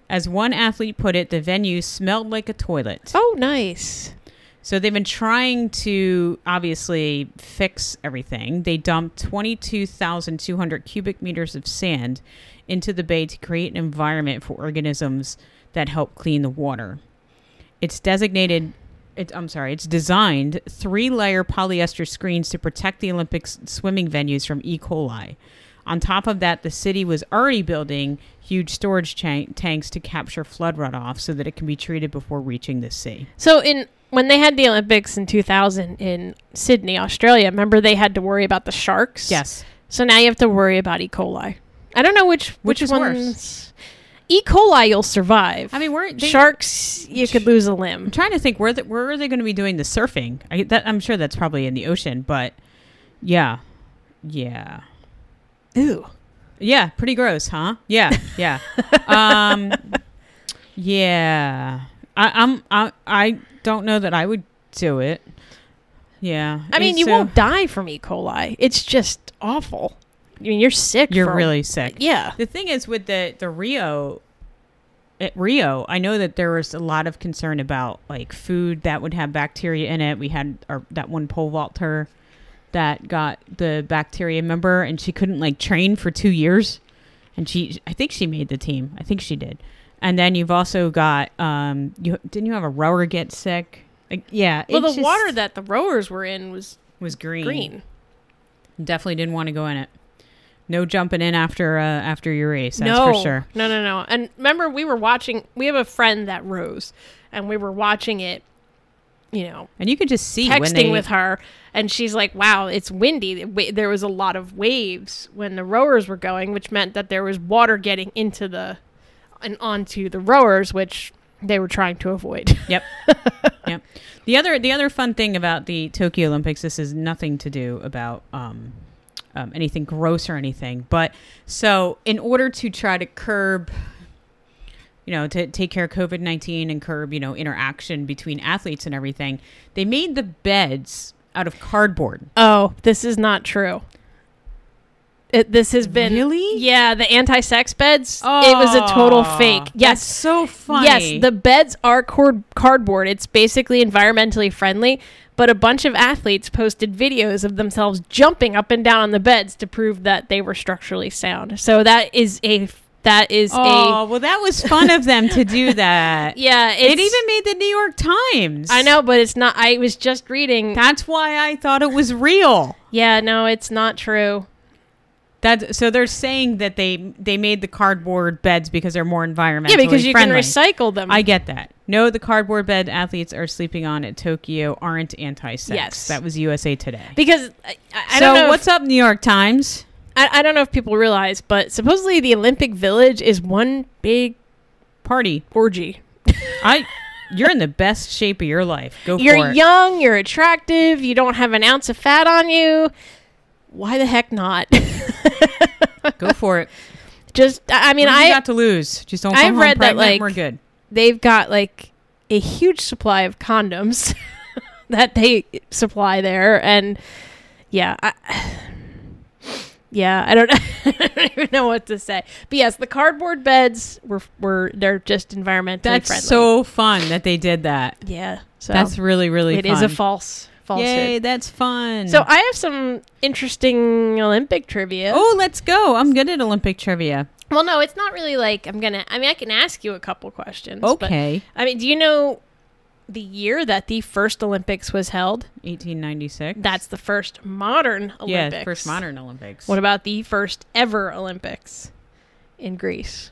S1: as one athlete put it, the venue smelled like a toilet.
S2: Oh, nice.
S1: So they've been trying to obviously fix everything. They dumped 22,200 cubic meters of sand into the bay to create an environment for organisms that help clean the water. It's designated it, I'm sorry, it's designed three-layer polyester screens to protect the Olympics swimming venues from E. coli. On top of that, the city was already building huge storage chan- tanks to capture flood runoff so that it can be treated before reaching the sea.
S2: So in when they had the Olympics in 2000 in Sydney, Australia, remember they had to worry about the sharks?
S1: Yes.
S2: So now you have to worry about E. coli. I don't know which
S1: Which
S2: which,
S1: is worse?
S2: ones. E. coli, you'll survive.
S1: I mean, we're they,
S2: sharks, you could lose a limb.
S1: I'm trying to think where the, where are they going to be doing the surfing? I, that, I'm sure that's probably in the ocean, but yeah, yeah,
S2: Ooh.
S1: yeah. Pretty gross, huh? Yeah, yeah, um, yeah. I, I'm I I don't know that I would do it. Yeah,
S2: I mean,
S1: it's
S2: you
S1: so-
S2: won't die from E. coli. It's just awful. I mean, you're sick.
S1: You're
S2: for-
S1: really sick.
S2: Yeah.
S1: The thing is with the the Rio at Rio, I know that there was a lot of concern about like food that would have bacteria in it. We had our that one pole vaulter that got the bacteria member, and she couldn't like train for two years, and she I think she made the team. I think she did. And then you've also got um you didn't you have a rower get sick? Like, yeah,
S2: Well,
S1: it
S2: the
S1: just
S2: water that the rowers were in was
S1: was
S2: green.
S1: Definitely didn't want to go in it. No jumping in after uh, after your race. That's
S2: no,
S1: for sure.
S2: no, no, no. And remember, we were watching. We have a friend that rows, and we were watching it. You know,
S1: And you could just see when
S2: texting
S1: they
S2: with her, and she's like, "Wow, it's windy. The wa- There was a lot of waves when the rowers were going, which meant that there was water getting into the and onto the rowers, which they were trying to avoid."
S1: Yep. yep. The other the other fun thing about the Tokyo Olympics, this is nothing to do about um, um, anything gross or anything, but so in order to try to curb, you know, to take care of COVID nineteen and curb you know interaction between athletes and everything, they made the beds out of cardboard.
S2: Oh, this is not true. It, this has been
S1: Really?
S2: yeah the anti-sex beds. it was a total
S1: Aw,
S2: fake.
S1: that's
S2: Yes,
S1: so funny.
S2: Yes, the beds are cord- cardboard. It's basically environmentally friendly, but a bunch of athletes posted videos of themselves jumping up and down on the beds to prove that they were structurally sound. So that is a that is
S1: oh
S2: a
S1: well, that was fun of them to do that.
S2: yeah. It's,
S1: It even made the New York Times.
S2: I know, but it's not. I was just reading.
S1: That's why I thought it was real.
S2: Yeah, no, it's not true.
S1: That so they're saying that they they made the cardboard beds because they're more environmentally
S2: Yeah, because you
S1: friendly.
S2: can recycle them.
S1: I get that. No, the cardboard bed athletes are sleeping on at Tokyo aren't anti-sex.
S2: Yes.
S1: that was USA Today.
S2: because I, I, I
S1: so
S2: don't know. if-
S1: what's up, New York Times?
S2: I, I don't know if people realize, but supposedly the Olympic Village is one big
S1: Party.
S2: orgy.
S1: I, you're in the best shape of your life. Go for
S2: You're
S1: it.
S2: young, you're attractive, you don't have an ounce of fat on you. Why the heck not?
S1: Go for it.
S2: Just I I mean
S1: what have you
S2: I
S1: got to lose? Just don't. Come
S2: I've
S1: home
S2: read that,
S1: pregnant,
S2: like,
S1: we're good.
S2: they've got like a huge supply of condoms that they supply there and yeah, I yeah, I don't, I don't even know what to say. But yes, the cardboard beds were were they're just environmentally
S1: That's
S2: friendly.
S1: so fun that they did that.
S2: yeah. So
S1: That's really really.
S2: it
S1: fun.
S2: is a false falsehood.
S1: Yay, that's fun.
S2: So I have some interesting Olympic trivia.
S1: Oh, let's go. I'm good at Olympic trivia.
S2: Well, no, it's not really like I'm gonna. I mean, I can ask you a couple questions. but-
S1: Okay.
S2: I mean, do you know the year that the first Olympics was held?
S1: 1896.
S2: That's the first modern
S1: yeah,
S2: Olympics.
S1: first modern Olympics.
S2: What about the first ever Olympics in Greece?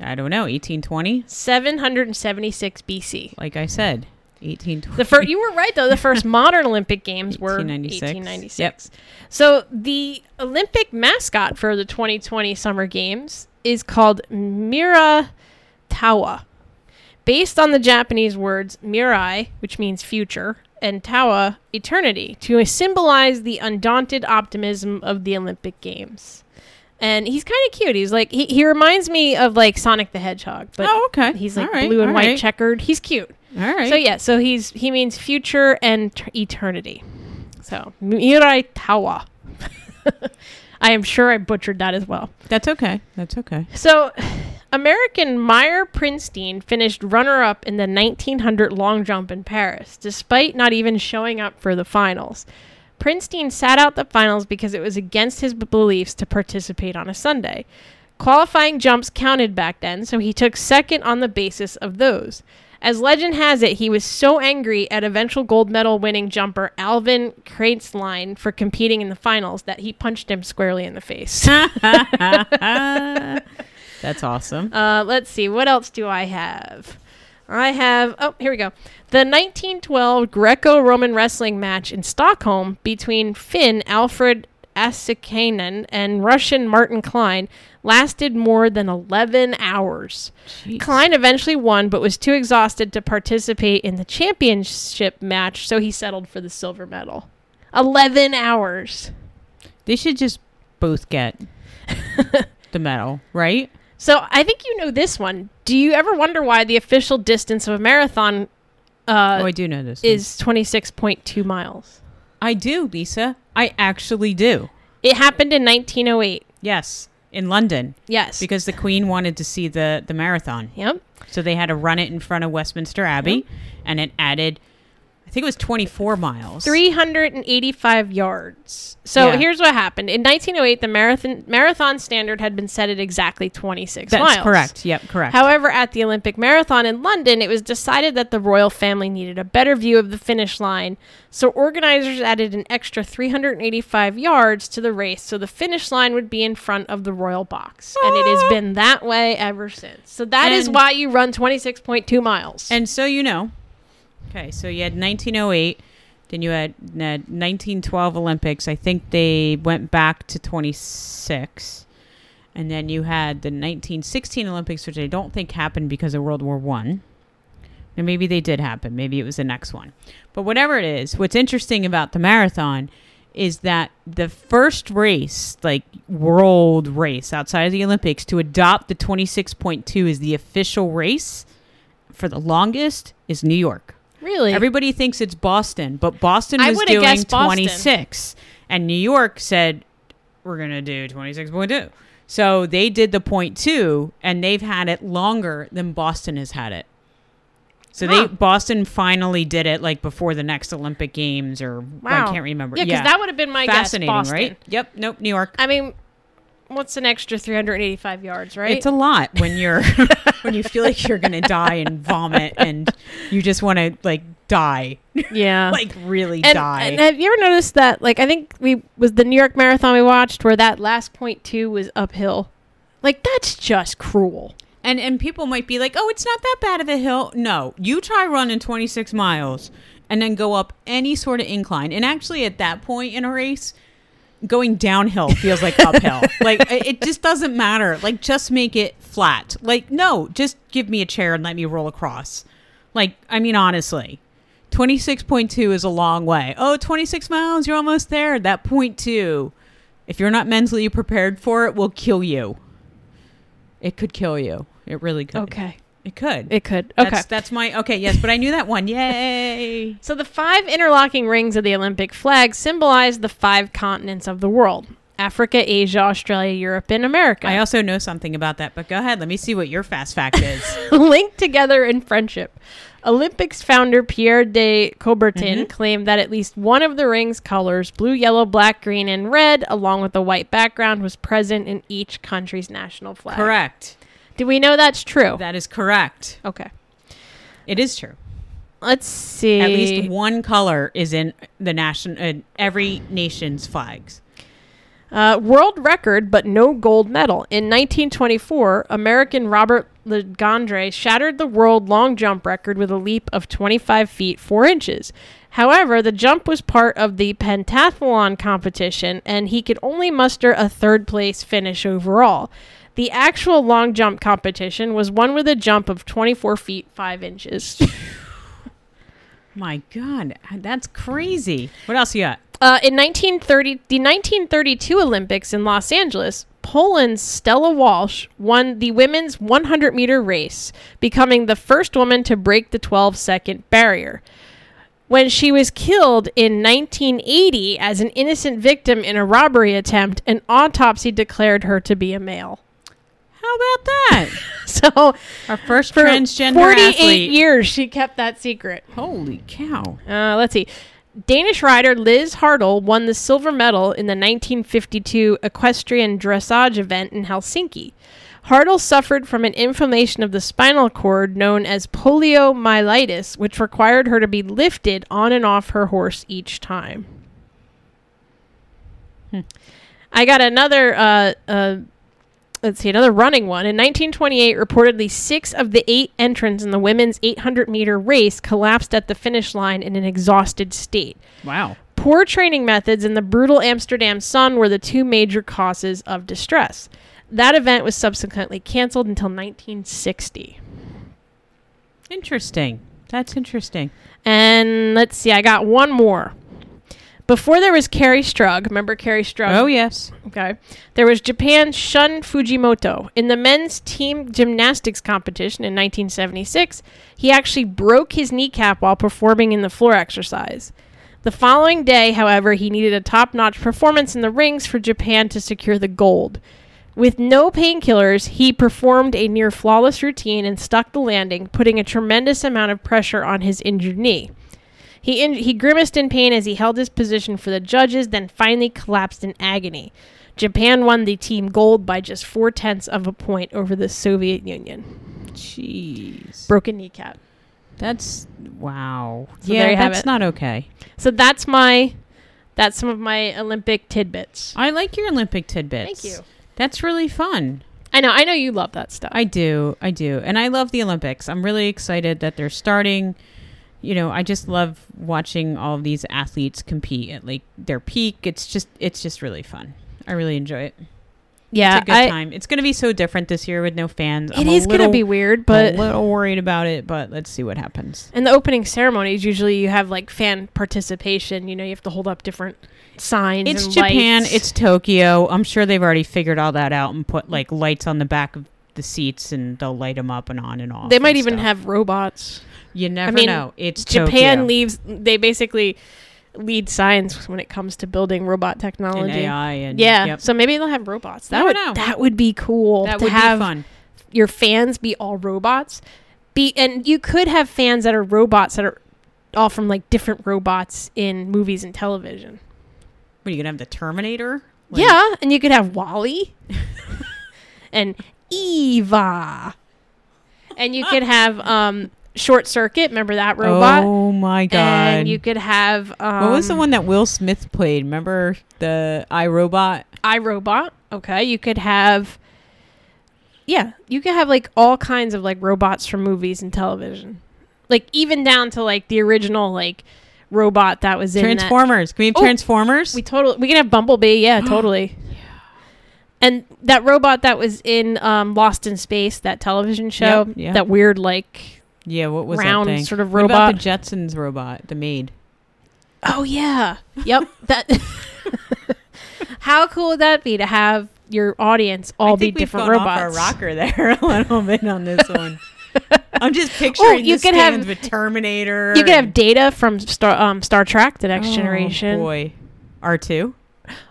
S1: I don't know. 1820.
S2: 776 BC.
S1: Like I said, 1820.
S2: The first, you were right though. The first modern Olympic Games were
S1: 1896.
S2: 1896. So the Olympic mascot for the 2020 Summer Games is called Mira Tawa, based on the Japanese words Mirai, which means future, and Tawa, eternity, to symbolize the undaunted optimism of the Olympic Games. And he's kind of cute. He's like he, he reminds me of like Sonic the Hedgehog, but
S1: oh, okay.
S2: he's like
S1: All right,
S2: blue and
S1: all
S2: white
S1: right,
S2: checkered. He's cute.
S1: All right.
S2: So yeah, so he's he means future and t- eternity. So Mirai Tawa. I am sure I butchered that as well.
S1: That's okay. That's okay.
S2: So American Meyer Prinstein finished runner up in the 1900 long jump in Paris, despite not even showing up for the finals. Prinstein sat out the finals because it was against his b- beliefs to participate on a Sunday. Qualifying jumps counted back then, so he took second on the basis of those. As legend has it, he was so angry at eventual gold medal winning jumper Alvin Krantzline for competing in the finals that he punched him squarely in the face.
S1: That's awesome.
S2: Uh, let's see. What else do I have? I have. Oh, here we go. The 1912 Greco Roman wrestling match in Stockholm between Finn Alfred Asikanen and Russian Martin Klein lasted more than 11 hours.
S1: Jeez.
S2: Klein eventually won, but was too exhausted to participate in the championship match, so he settled for the silver medal. 11 hours.
S1: They should just both get the medal, right?
S2: So I think you know this one. Do you ever wonder why the official distance of a marathon uh,
S1: oh, I do know this. one.
S2: is 26.2 miles?
S1: I do, Lisa. I actually do.
S2: oh It happened in 1908.
S1: Yes. in London
S2: Yes.
S1: because the Queen wanted to see the the marathon.
S2: yep.
S1: So they had to run it in front of Westminster Abbey, and it added, I think it was 24 miles.
S2: 385 yards. So
S1: Yeah.
S2: here's what happened. In 1908, the marathon marathon standard had been set at exactly 26
S1: That's
S2: miles.
S1: correct. Yep, correct.
S2: However, at the Olympic Marathon in London, it was decided that the royal family needed a better view of the finish line, so organizers added an extra 385 yards to the race so the finish line would be in front of the royal box. And it has been that way ever since. So that is
S1: Ah. And-
S2: why you run 26.2 miles.
S1: and so you know, okay, so you had 1908, then you had uh, 1912 Olympics. I think they went back to 26. And then you had the 1916 Olympics, which I don't think happened because of World War One. Now maybe they did happen. Maybe it was the next one. But whatever it is, what's interesting about the marathon is that the first race, like world race outside of the Olympics, to adopt the 26.2 as the official race for the longest is New York.
S2: really?
S1: Everybody thinks it's Boston, but Boston
S2: I
S1: was
S2: would've
S1: doing
S2: guessed Boston.
S1: 26. And New York said, we're going to do 26.2. So they did the point two, and they've had it longer than Boston has had it. So
S2: Huh.
S1: they Boston finally did it like before the next Olympic Games, or I can't remember.
S2: Yeah, because that would have been my
S1: fascinating,
S2: guess. Boston.
S1: right? Yep. Nope. New York.
S2: I mean, what's an extra 385 yards, right?
S1: It's a lot when you're when you feel like you're gonna die and vomit, and you just want to like die,
S2: yeah.
S1: like really
S2: and,
S1: die.
S2: and have you ever noticed that? Like, I think we was the New York Marathon we watched where that last point two was uphill. Like, that's just cruel.
S1: And and people might be like, "Oh, it's not that bad of a hill." No, you try running 26 miles and then go up any sort of incline. And actually at that point in a race, going downhill feels like uphill. like it it just doesn't matter. Like just make it flat. Like no, just give me a chair and let me roll across. Like I mean honestly, 26.2 is a long way. Oh, 26 miles, you're almost there. That point 2, if you're not mentally prepared for it, will kill you. It could kill you. It really could.
S2: Okay,
S1: It could.
S2: it could. Okay.
S1: That's, that's my okay. Yes, but I knew that one. Yay!
S2: so the five interlocking rings of the Olympic flag symbolize the five continents of the world: Africa, Asia, Australia, Europe, and America.
S1: I also know something about that, but go ahead. Let me see what your fast fact is.
S2: linked together in friendship. Olympics founder Pierre de Coubertin
S1: Mm-hmm.
S2: claimed that at least one of the ring's colors, blue, yellow, black, green, and red, along with a white background, was present in each country's national flag.
S1: correct.
S2: Do we know that's true?
S1: That is correct.
S2: okay.
S1: It is true.
S2: Let's see.
S1: At least one color is in the nation, in every nation's flags.
S2: Uh, world record, but no gold medal. In 1924, American Robert Legendre shattered the world long jump record with a leap of 25 feet 4 inches. However, the jump was part of the pentathlon competition, and he could only muster a third place finish overall. The actual long jump competition was one with a jump of 24 feet 5 inches.
S1: My God, that's crazy. What else you got?
S2: Uh, in 1930, the 1932 Olympics in Los Angeles, Poland's Stella Walsh won the women's 100 meter race, becoming the first woman to break the 12 second barrier. When she was killed in 1980 as an innocent victim in a robbery attempt, an autopsy declared her to be a male.
S1: How about that?
S2: So,
S1: Our first
S2: for
S1: transgender
S2: 48
S1: athlete.
S2: years, she kept that secret.
S1: Holy cow!
S2: Uh, let's see. Danish rider Liz Hartl won the silver medal in the 1952 equestrian dressage event in Helsinki. Hartl suffered from an inflammation of the spinal cord known as poliomyelitis, which required her to be lifted on and off her horse each time. I got another uh, uh, let's see, another running one. In 1928, reportedly six of the eight entrants in the women's 800 meter race collapsed at the finish line in an exhausted state.
S1: Wow.
S2: Poor training methods and the brutal Amsterdam sun were the two major causes of distress. That event was subsequently canceled until 1960.
S1: Interesting. That's interesting.
S2: And let's see, I got one more. Before there was Carrie Strug, remember Carrie Strug?
S1: Oh yes.
S2: Okay. There was Japan's Shun Fujimoto. In the men's team gymnastics competition in 1976, he actually broke his kneecap while performing in the floor exercise. The following day, however, he needed a top notch performance in the rings for Japan to secure the gold. With no painkillers, he performed a near flawless routine and stuck the landing, putting a tremendous amount of pressure on his injured knee. He, in- he grimaced in pain as he held his position for the judges, then finally collapsed in agony. Japan won the team gold by just four tenths of a point over the Soviet Union.
S1: Jeez.
S2: Broken kneecap.
S1: That's wow.
S2: So
S1: yeah,
S2: there you have
S1: that's
S2: it.
S1: not okay.
S2: So that's my, that's some of my Olympic tidbits.
S1: I like your Olympic tidbits.
S2: Thank you.
S1: That's really fun.
S2: I know, I know you love that stuff.
S1: I do. I do. And I love the Olympics. I'm really excited that they're starting. You know, I just love watching all of these athletes compete at like their peak. It's just it's just really fun. I really enjoy it.
S2: yeah,
S1: it's a good
S2: I,
S1: time. It's going to be so different this year with no fans.
S2: it is going to be weird,
S1: but a
S2: but
S1: little worried about it, but let's see what happens.
S2: in the opening ceremonies, usually you have like fan participation. You know, you have to hold up different signs.
S1: It's
S2: and
S1: Japan,
S2: lights.
S1: it's Tokyo. I'm sure they've already figured all that out and put like lights on the back of the seats and they'll light them up and on and off.
S2: they might
S1: and
S2: even
S1: stuff.
S2: have robots.
S1: You never
S2: mean,
S1: know. It's
S2: Japan
S1: Tokyo.
S2: leaves. They basically lead science when it comes to building robot
S1: and
S2: technology.
S1: AI and
S2: yeah,
S1: yep.
S2: so maybe they'll have robots. That
S1: Never
S2: would
S1: know.
S2: that would be cool.
S1: that
S2: to
S1: would
S2: have
S1: be fun.
S2: your fans be all robots. Be and you could have fans that are robots that are all from like different robots in movies and television.
S1: What are you gonna have the Terminator? Like,
S2: yeah, and you could have Wally and Eva. And you could have um Short Circuit, remember that robot?
S1: Oh my god.
S2: And you could have um
S1: what was the one that Will Smith played? Remember the iRobot?
S2: iRobot. Okay, you could have Yeah, you could have like all kinds of like robots from movies and television. Like even down to like the original like robot that was in that-
S1: Transformers. Can we have
S2: Oh,
S1: Transformers?
S2: We totally we can have Bumblebee, yeah, totally. And that robot that was in um, Lost in Space, that television show,
S1: Yep, yeah.
S2: that weird like
S1: yeah, what was
S2: round
S1: that thing?
S2: sort of
S1: What about
S2: robot.
S1: the Jetsons robot, the maid?
S2: oh yeah, yep. That. How cool would that be to have your audience all
S1: I
S2: be
S1: think we've
S2: different
S1: gone
S2: robots?
S1: Off our rocker there a little bit on this one. I'm just picturing
S2: Oh, you
S1: this
S2: could
S1: thing
S2: have-
S1: with Terminator.
S2: You could have
S1: and-
S2: Data from Star um, Star Trek: The Next
S1: Oh,
S2: Generation,
S1: boy. R2,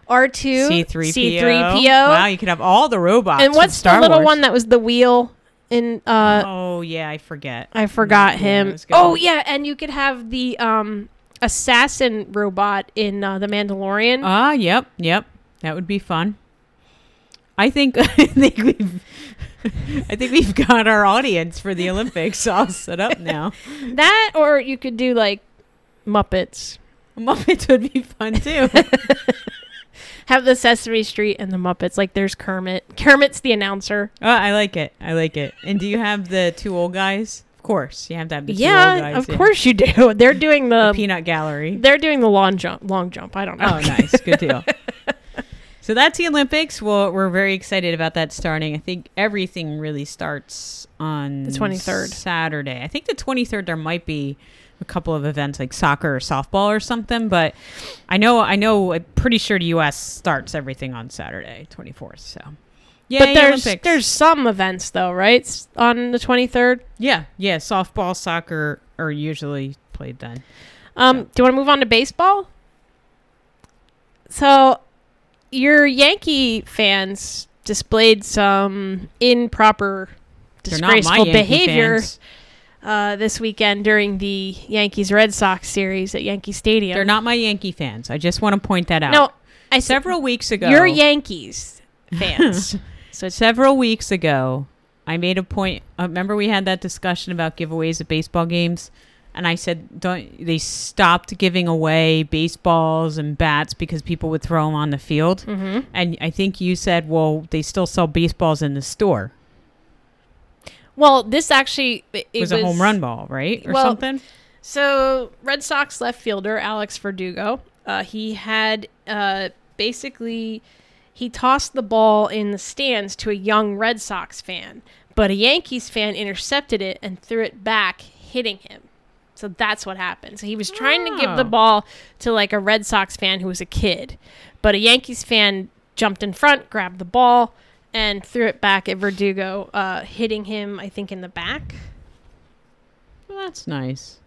S2: R two,
S1: C3PO.
S2: C three
S1: Wow,
S2: PO,
S1: you could have all the robots.
S2: and
S1: from
S2: what's
S1: Star
S2: the little
S1: Wars.
S2: one that was the wheel in uh,
S1: oh yeah, I forget.
S2: I forgot
S1: yeah, it
S2: him.
S1: was good.
S2: Oh yeah, and you could have the um assassin robot in uh, the Mandalorian.
S1: Ah, yep, yep. That would be fun. I think I think we've I think we've got our audience for the Olympics all set up now.
S2: that or you could do like Muppets.
S1: Muppets would be fun too.
S2: Have the Sesame Street and the Muppets. Like there's Kermit. Kermit's the announcer.
S1: Oh, I like it. I like it. And do you have the two old guys? Of course, you have to have the two old
S2: yeah,
S1: guys.
S2: of
S1: yeah. um,
S2: course you do. They're doing
S1: The
S2: the,
S1: peanut gallery.
S2: they're doing the long jump. Long jump. I don't know.
S1: Oh, nice. Good deal. So that's the Olympics. Well, we're very excited about that starting. I think everything really starts on
S2: The 23rd.
S1: Saturday. I think the 23rd there might be a couple of events like soccer or softball or something, but I know I know I'm pretty sure the US starts everything on Saturday, 24th. So yeah,
S2: but there's there's some events though, right? S- On the 23rd.
S1: yeah, yeah, softball, soccer are usually played then.
S2: Um,
S1: Yeah.
S2: Do you want to move on to baseball? So, your Yankee fans displayed some improper,
S1: They're not my
S2: disgraceful
S1: Yankee
S2: behavior
S1: fans.
S2: uh, this weekend during the Yankees Red Sox series at Yankee Stadium.
S1: They're not my Yankee fans. I just want to point that out.
S2: No, I said
S1: several weeks ago.
S2: you're Yankees fans. so it's
S1: Several weeks ago, I made a point. uh, Remember, we had that discussion about giveaways at baseball games, and I said, "Don't they stopped giving away baseballs and bats because people would throw them on the field?"
S2: mhm.
S1: And I think you said, "Well, they still sell baseballs in the store."
S2: well. This actually it,
S1: It was, a home run ball, right, or
S2: well,
S1: something?
S2: So, Red Sox left fielder Alex Verdugo, uh, he had uh, basically he tossed the ball in the stands to a young Red Sox fan, but a Yankees fan intercepted it and threw it back, hitting him. So that's what happened. So he was trying to give
S1: Oh.
S2: the ball to like a Red Sox fan who was a kid, but a Yankees fan jumped in front, grabbed the ball, and threw it back at Verdugo, uh, hitting him, I think, in the back.
S1: Well, that's nice.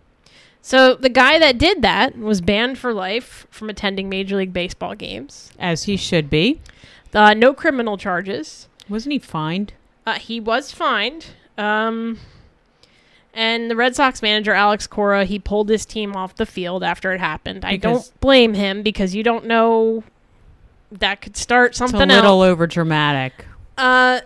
S2: So the guy that did that was banned for life from attending Major League Baseball games.
S1: As he should be.
S2: Uh, no criminal charges.
S1: Wasn't he fined?
S2: Uh, he was fined. Um, and the Red Sox manager Alex Cora he pulled his team off the field after it happened. I
S1: Because-
S2: don't blame him because you don't know that could start something
S1: it's a little
S2: else.
S1: over dramatic.
S2: Uh,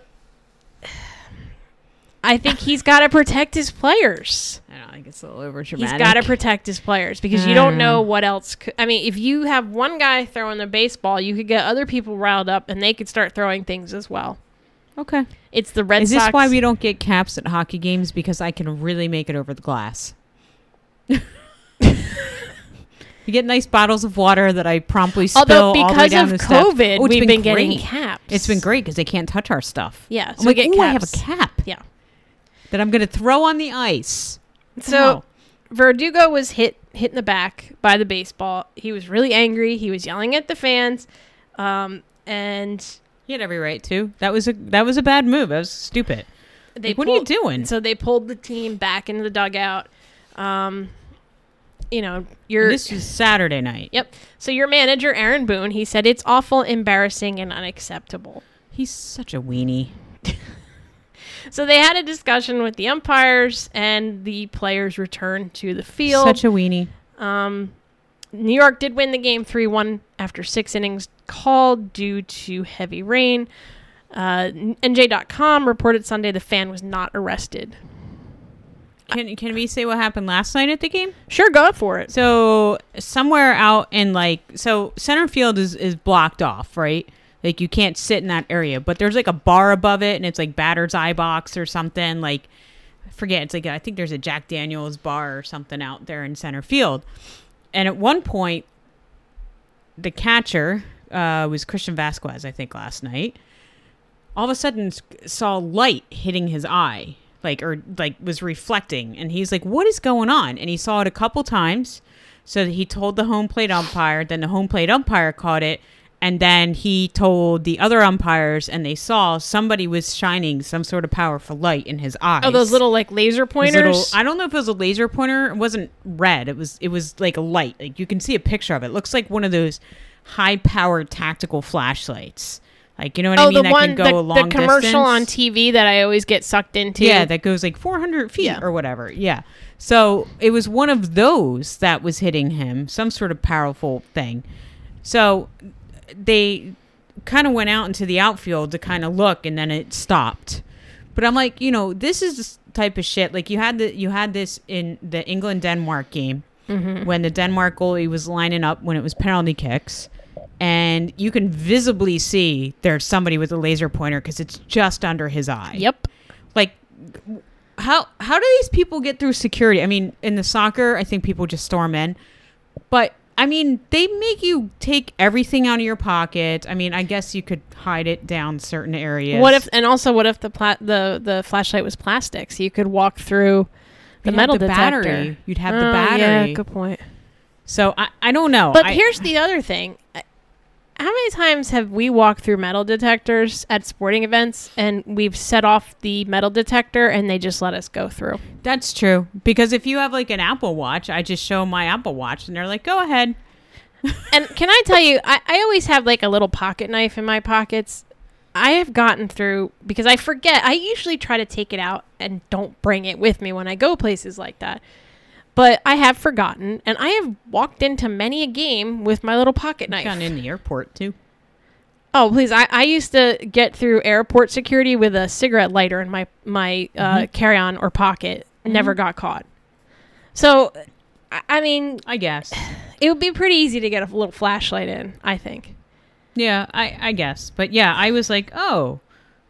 S2: I think he's got to protect his players.
S1: I don't think it's a little over
S2: He's
S1: dramatic. Mm.
S2: got to protect his players because you
S1: I
S2: don't
S1: don't
S2: know
S1: know.
S2: what else. Could, I mean, if you have one guy throwing the baseball, you could get other people riled up and they could start throwing things as well.
S1: okay.
S2: It's the Red
S1: Is
S2: Sox.
S1: this why we don't get caps at hockey games? Because I can really make it over the glass. you get nice bottles of water that I promptly spill
S2: Although
S1: all the way
S2: because
S1: down
S2: of
S1: the steps.
S2: COVID,
S1: Oh, it's
S2: we've been, getting
S1: great.
S2: caps.
S1: It's been great because they can't touch our stuff.
S2: Yeah, so
S1: I'm
S2: we
S1: like,
S2: get
S1: ooh, I have a
S2: caps."
S1: cap
S2: Yeah.
S1: that I'm going to throw on the ice.
S2: So Verdugo was hit hit in the back by the baseball. He was really angry. He was yelling at the fans, um, and
S1: he had every right to. That was a that was a bad move. That was stupid.
S2: they.
S1: Like, what are you
S2: pulled-
S1: doing?
S2: So they pulled the team back into the dugout. Um, you know,
S1: And
S2: your
S1: this was Saturday night.
S2: Yep. So your manager, Aaron Boone, he said it's awful, embarrassing, and unacceptable.
S1: He's such a weenie.
S2: So they had a discussion with the umpires, and the players returned to the field.
S1: Such a weenie.
S2: um, New York did win the game three-one after six innings called due to heavy rain. Uh, NJ.com reported Sunday the fan was not arrested.
S1: Can can we say what happened last night at the game?
S2: Sure, go for it.
S1: So somewhere out in like so center field is is blocked off, right? Like you can't sit in that area, but there's like a bar above it, and it's like batter's eye box or something. Like I forget, it's like I think there's a Jack Daniels bar or something out there in center field. And at one point, the catcher uh, was Christian Vasquez, I think, last night. All of a sudden, s- saw light hitting his eye, like or like was reflecting, and he's like, "What is going on?" And he saw it a couple times, so he told the home plate umpire. Then the home plate umpire caught it, and then he told the other umpires, and they saw somebody was shining some sort of powerful light in his eyes.
S2: Oh, those little like laser
S1: These
S2: pointers.
S1: little- I don't know if it was a laser pointer. It wasn't red. It was it was like a light. Like you can see a picture of it. it looks like one of those high powered tactical flashlights. Like you know what I
S2: oh,
S1: mean?
S2: the
S1: that
S2: one
S1: can go
S2: the,
S1: a
S2: the
S1: long
S2: commercial on
S1: distance.
S2: TV that I always get sucked into.
S1: Yeah, that goes like 400 feet
S2: Yeah.
S1: or whatever. Yeah. So it was one of those that was hitting him, some sort of powerful thing. So they kind of went out into the outfield to kind of look, and then it stopped. But I'm like, you know, this is the type of shit. Like you had the you had this in the England Denmark game
S2: Mm-hmm.
S1: when the Denmark goalie was lining up when it was penalty kicks. And you can visibly see there's somebody with a laser pointer because it's just under his eye
S2: Yep.
S1: like w- how how do these people get through security i mean in the soccer i think people just storm in but i mean they make you take everything out of your pocket i mean i guess you could hide it down certain areas
S2: What if and also what if the pla- the the flashlight was plastic so you could walk through the
S1: You'd have
S2: metal
S1: the
S2: detector.
S1: battery. You'd have the
S2: Oh,
S1: battery.
S2: Yeah, good point.
S1: so i i don't know
S2: But
S1: I-
S2: here's the other thing. I- How many times have we walked through metal detectors at sporting events and we've set off the metal detector and they just let us go through?
S1: that's true because if you have like an apple watch i just show 'em my apple watch and they're like go ahead
S2: And can I tell you, I, I always have like a little pocket knife in my pockets. I have gotten through because I forget. I usually try to take it out and don't bring it with me when I go places like that. But I have forgotten, and I have walked into many a game with my little pocket knife.
S1: down in the airport too
S2: Oh, please! I, I used to get through airport security with a cigarette lighter in my my uh, carry on or pocket. Never got caught. So, I, I mean,
S1: i guess
S2: it would be pretty easy to get a little flashlight in. I think.
S1: yeah i i guess but yeah i was like oh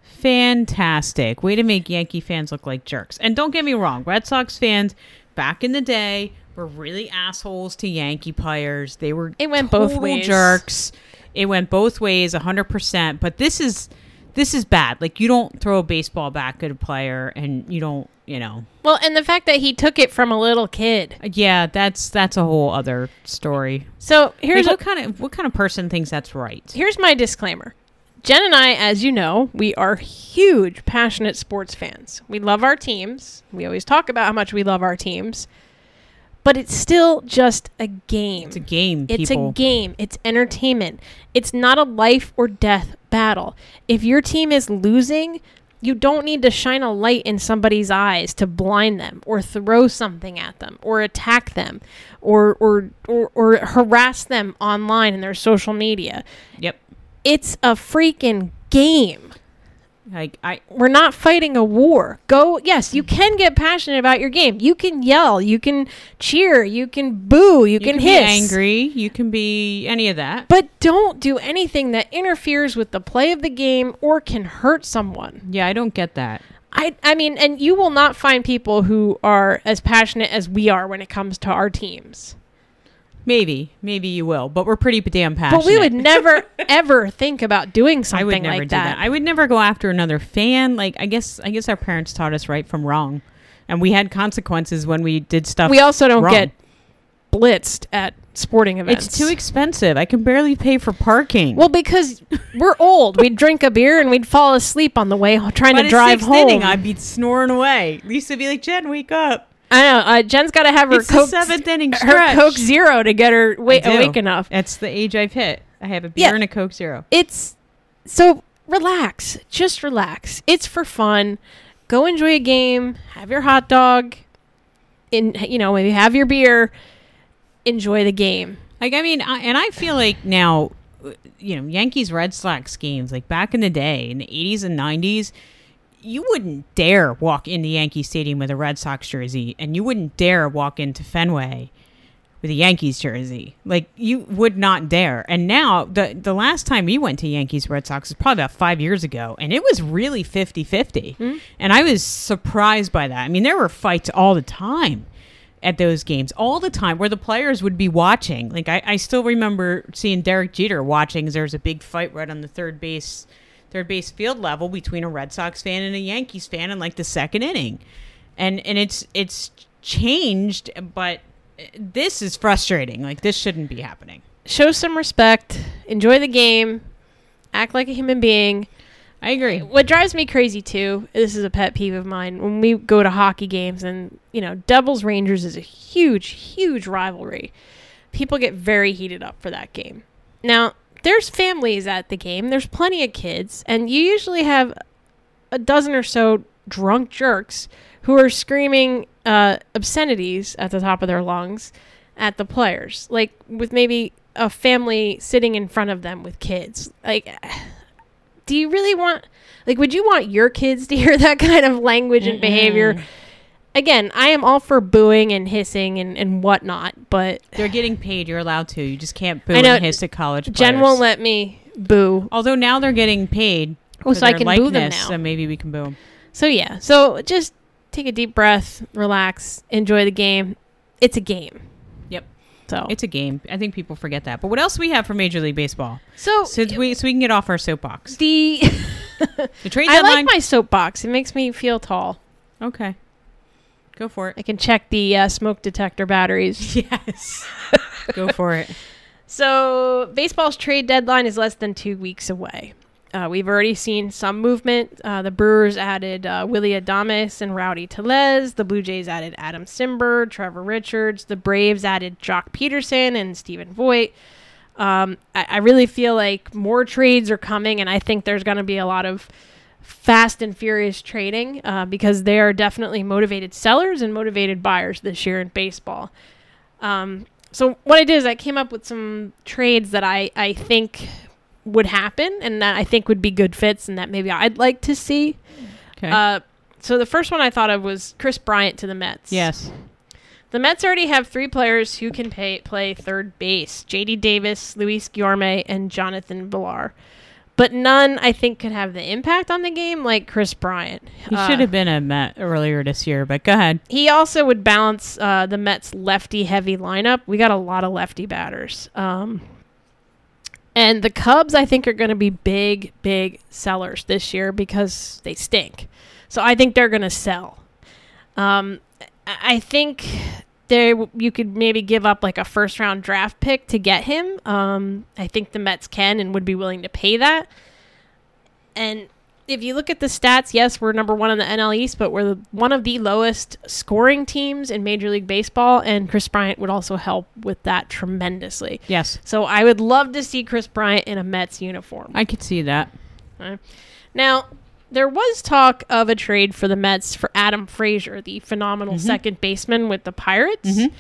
S1: fantastic way to make yankee fans look like jerks and don't get me wrong red sox fans back in the day were really assholes to yankee players they were
S2: It went both
S1: total
S2: ways.
S1: jerks it went both ways 100% but this is this is bad like you don't throw a baseball back at a player and you don't you know
S2: Well, and the fact that he took it from a little kid.
S1: yeah that's that's a whole other story
S2: So here's
S1: here's
S2: a,
S1: what kind of what kind of person thinks that's right
S2: here's my disclaimer. Jen and I, as you know, we are huge, passionate sports fans. We love our teams. We always talk about how much we love our teams. but it's still just a game.
S1: It's a game,
S2: It's
S1: people.
S2: a game. It's entertainment. It's not a life or death battle. If your team is losing, you don't need to shine a light in somebody's eyes to blind them or throw something at them or attack them or or or, or harass them online in their social media.
S1: Yep.
S2: It's a freaking game.
S1: Like I
S2: We're not fighting a war. Go, yes, you can get passionate about your game. You can yell, you can cheer, you can boo, you,
S1: you can
S2: can, hiss.
S1: be angry, you can be any of that.
S2: But don't do anything that interferes with the play of the game or can hurt someone.
S1: yeah, I don't get that.
S2: I, I mean, and you will not find people who are as passionate as we are when it comes to our teams.
S1: Maybe, maybe you will, but we're pretty damn passionate.
S2: But we would never, ever think about doing something
S1: I would never
S2: like
S1: do
S2: that.
S1: that. I would never go after another fan. Like I guess I guess our parents taught us right from wrong. And we had consequences when we did stuff.
S2: we also don't
S1: wrong.
S2: get blitzed at sporting events.
S1: It's too expensive. I can barely pay for parking.
S2: well, because we're old. We'd drink a beer and we'd fall asleep on the way h- trying
S1: By
S2: to
S1: the
S2: drive
S1: sixth
S2: home.
S1: inning, I'd be snoring away. Lisa would be like, "Jen, wake up."
S2: I know. Uh, Jen's got to have her
S1: it's
S2: Coke,
S1: the seventh inning
S2: her
S1: stretch.
S2: Coke Zero to get her wa-
S1: I do.
S2: awake enough.
S1: That's the age I've hit. I have a beer
S2: Yeah.
S1: and a Coke Zero.
S2: it's so relax just relax it's for fun go enjoy a game have your hot dog in you know maybe have your beer enjoy the game
S1: Like I mean, I, and I feel like now, you know, Yankees Red Sox games like back in the day in the eighties and nineties, you wouldn't dare walk into Yankee Stadium with a Red Sox jersey, and you wouldn't dare walk into Fenway with a Yankees jersey. Like you would not dare. And now the the last time we went to Yankees Red Sox was probably about 5 years ago and it was really 50-50. And I was surprised by that. I mean, there were fights all the time at those games all the time where the players would be watching. Like I, I still remember seeing Derek Jeter watching as there was a big fight right on the third base third base field level between a Red Sox fan and a Yankees fan in like the second inning. And and it's it's changed, but this is frustrating. Like this shouldn't be happening.
S2: show some respect enjoy the game act like a human being
S1: I agree.
S2: what drives me crazy too this is a pet peeve of mine when we go to hockey games and you know devils rangers is a huge huge rivalry people get very heated up for that game now there's families at the game there's plenty of kids and you usually have a dozen or so drunk jerks who are screaming uh, obscenities at the top of their lungs at the players like with maybe a family sitting in front of them with kids like do you really want like would you want your kids to hear that kind of language and behavior again i am all for booing and hissing and, and whatnot but
S1: They're getting paid. You're allowed to. You just can't boo
S2: I know.
S1: and hiss at college
S2: jen
S1: players.
S2: won't let me boo
S1: Although now they're getting paid.
S2: Oh,
S1: for
S2: so I
S1: their
S2: can boo
S1: likeness,
S2: them now.
S1: So maybe we can boo them.
S2: so yeah so just take a deep breath relax enjoy the game it's a game
S1: Yep.
S2: so
S1: It's a game. I think people forget that. But what else we have for Major League Baseball?
S2: so
S1: So we so we can get off our soapbox.
S2: the
S1: The trade
S2: i
S1: deadline.
S2: like my soapbox it makes me feel tall
S1: okay. Go for it.
S2: i can check the uh, smoke detector batteries
S1: Yes. Go for it.
S2: So, baseball's trade deadline is less than two weeks away. Uh, we've already seen some movement. Uh, the Brewers added uh, Willie Adamas and Rowdy Telez. The Blue Jays added Adam Simber, Trevor Richards. The Braves added Jock Peterson and Stephen Voigt. Um, I, I really feel like more trades are coming, and I think there's going to be a lot of fast and furious trading uh, because they are definitely motivated sellers and motivated buyers this year in baseball. Um, so what I did is I came up with some trades that I, I think would happen and that I think would be good fits and that maybe I'd like to see.
S1: Okay.
S2: Uh, so the first one I thought of was Chris Bryant to the Mets.
S1: yes.
S2: The Mets already have three players who can pay, play third base: J.D. Davis, Luis Guillorme, and Jonathan Villar. But none, I think, could have the impact on the game like Chris Bryant.
S1: He
S2: Uh,
S1: should have been a Met earlier this year, but go ahead.
S2: he also would balance uh, the Mets' lefty-heavy lineup. We got a lot of lefty batters, um, and the Cubs I think are going to be big, big sellers this year because they stink. So I think they're going to sell. Um, I- I think there you could maybe give up like a first-round draft pick to get him. Um, I think the Mets can and would be willing to pay that. And if you look at the stats, yes, we're number one in the NL East, but we're the, one of the lowest scoring teams in Major League Baseball, and Chris Bryant would also help with that tremendously.
S1: Yes,
S2: So I would love to see Chris Bryant in a Mets uniform.
S1: I could see that.
S2: Now, there was talk of a trade for the Mets for Adam Frazier, the phenomenal second baseman with the Pirates.
S1: Mm-hmm.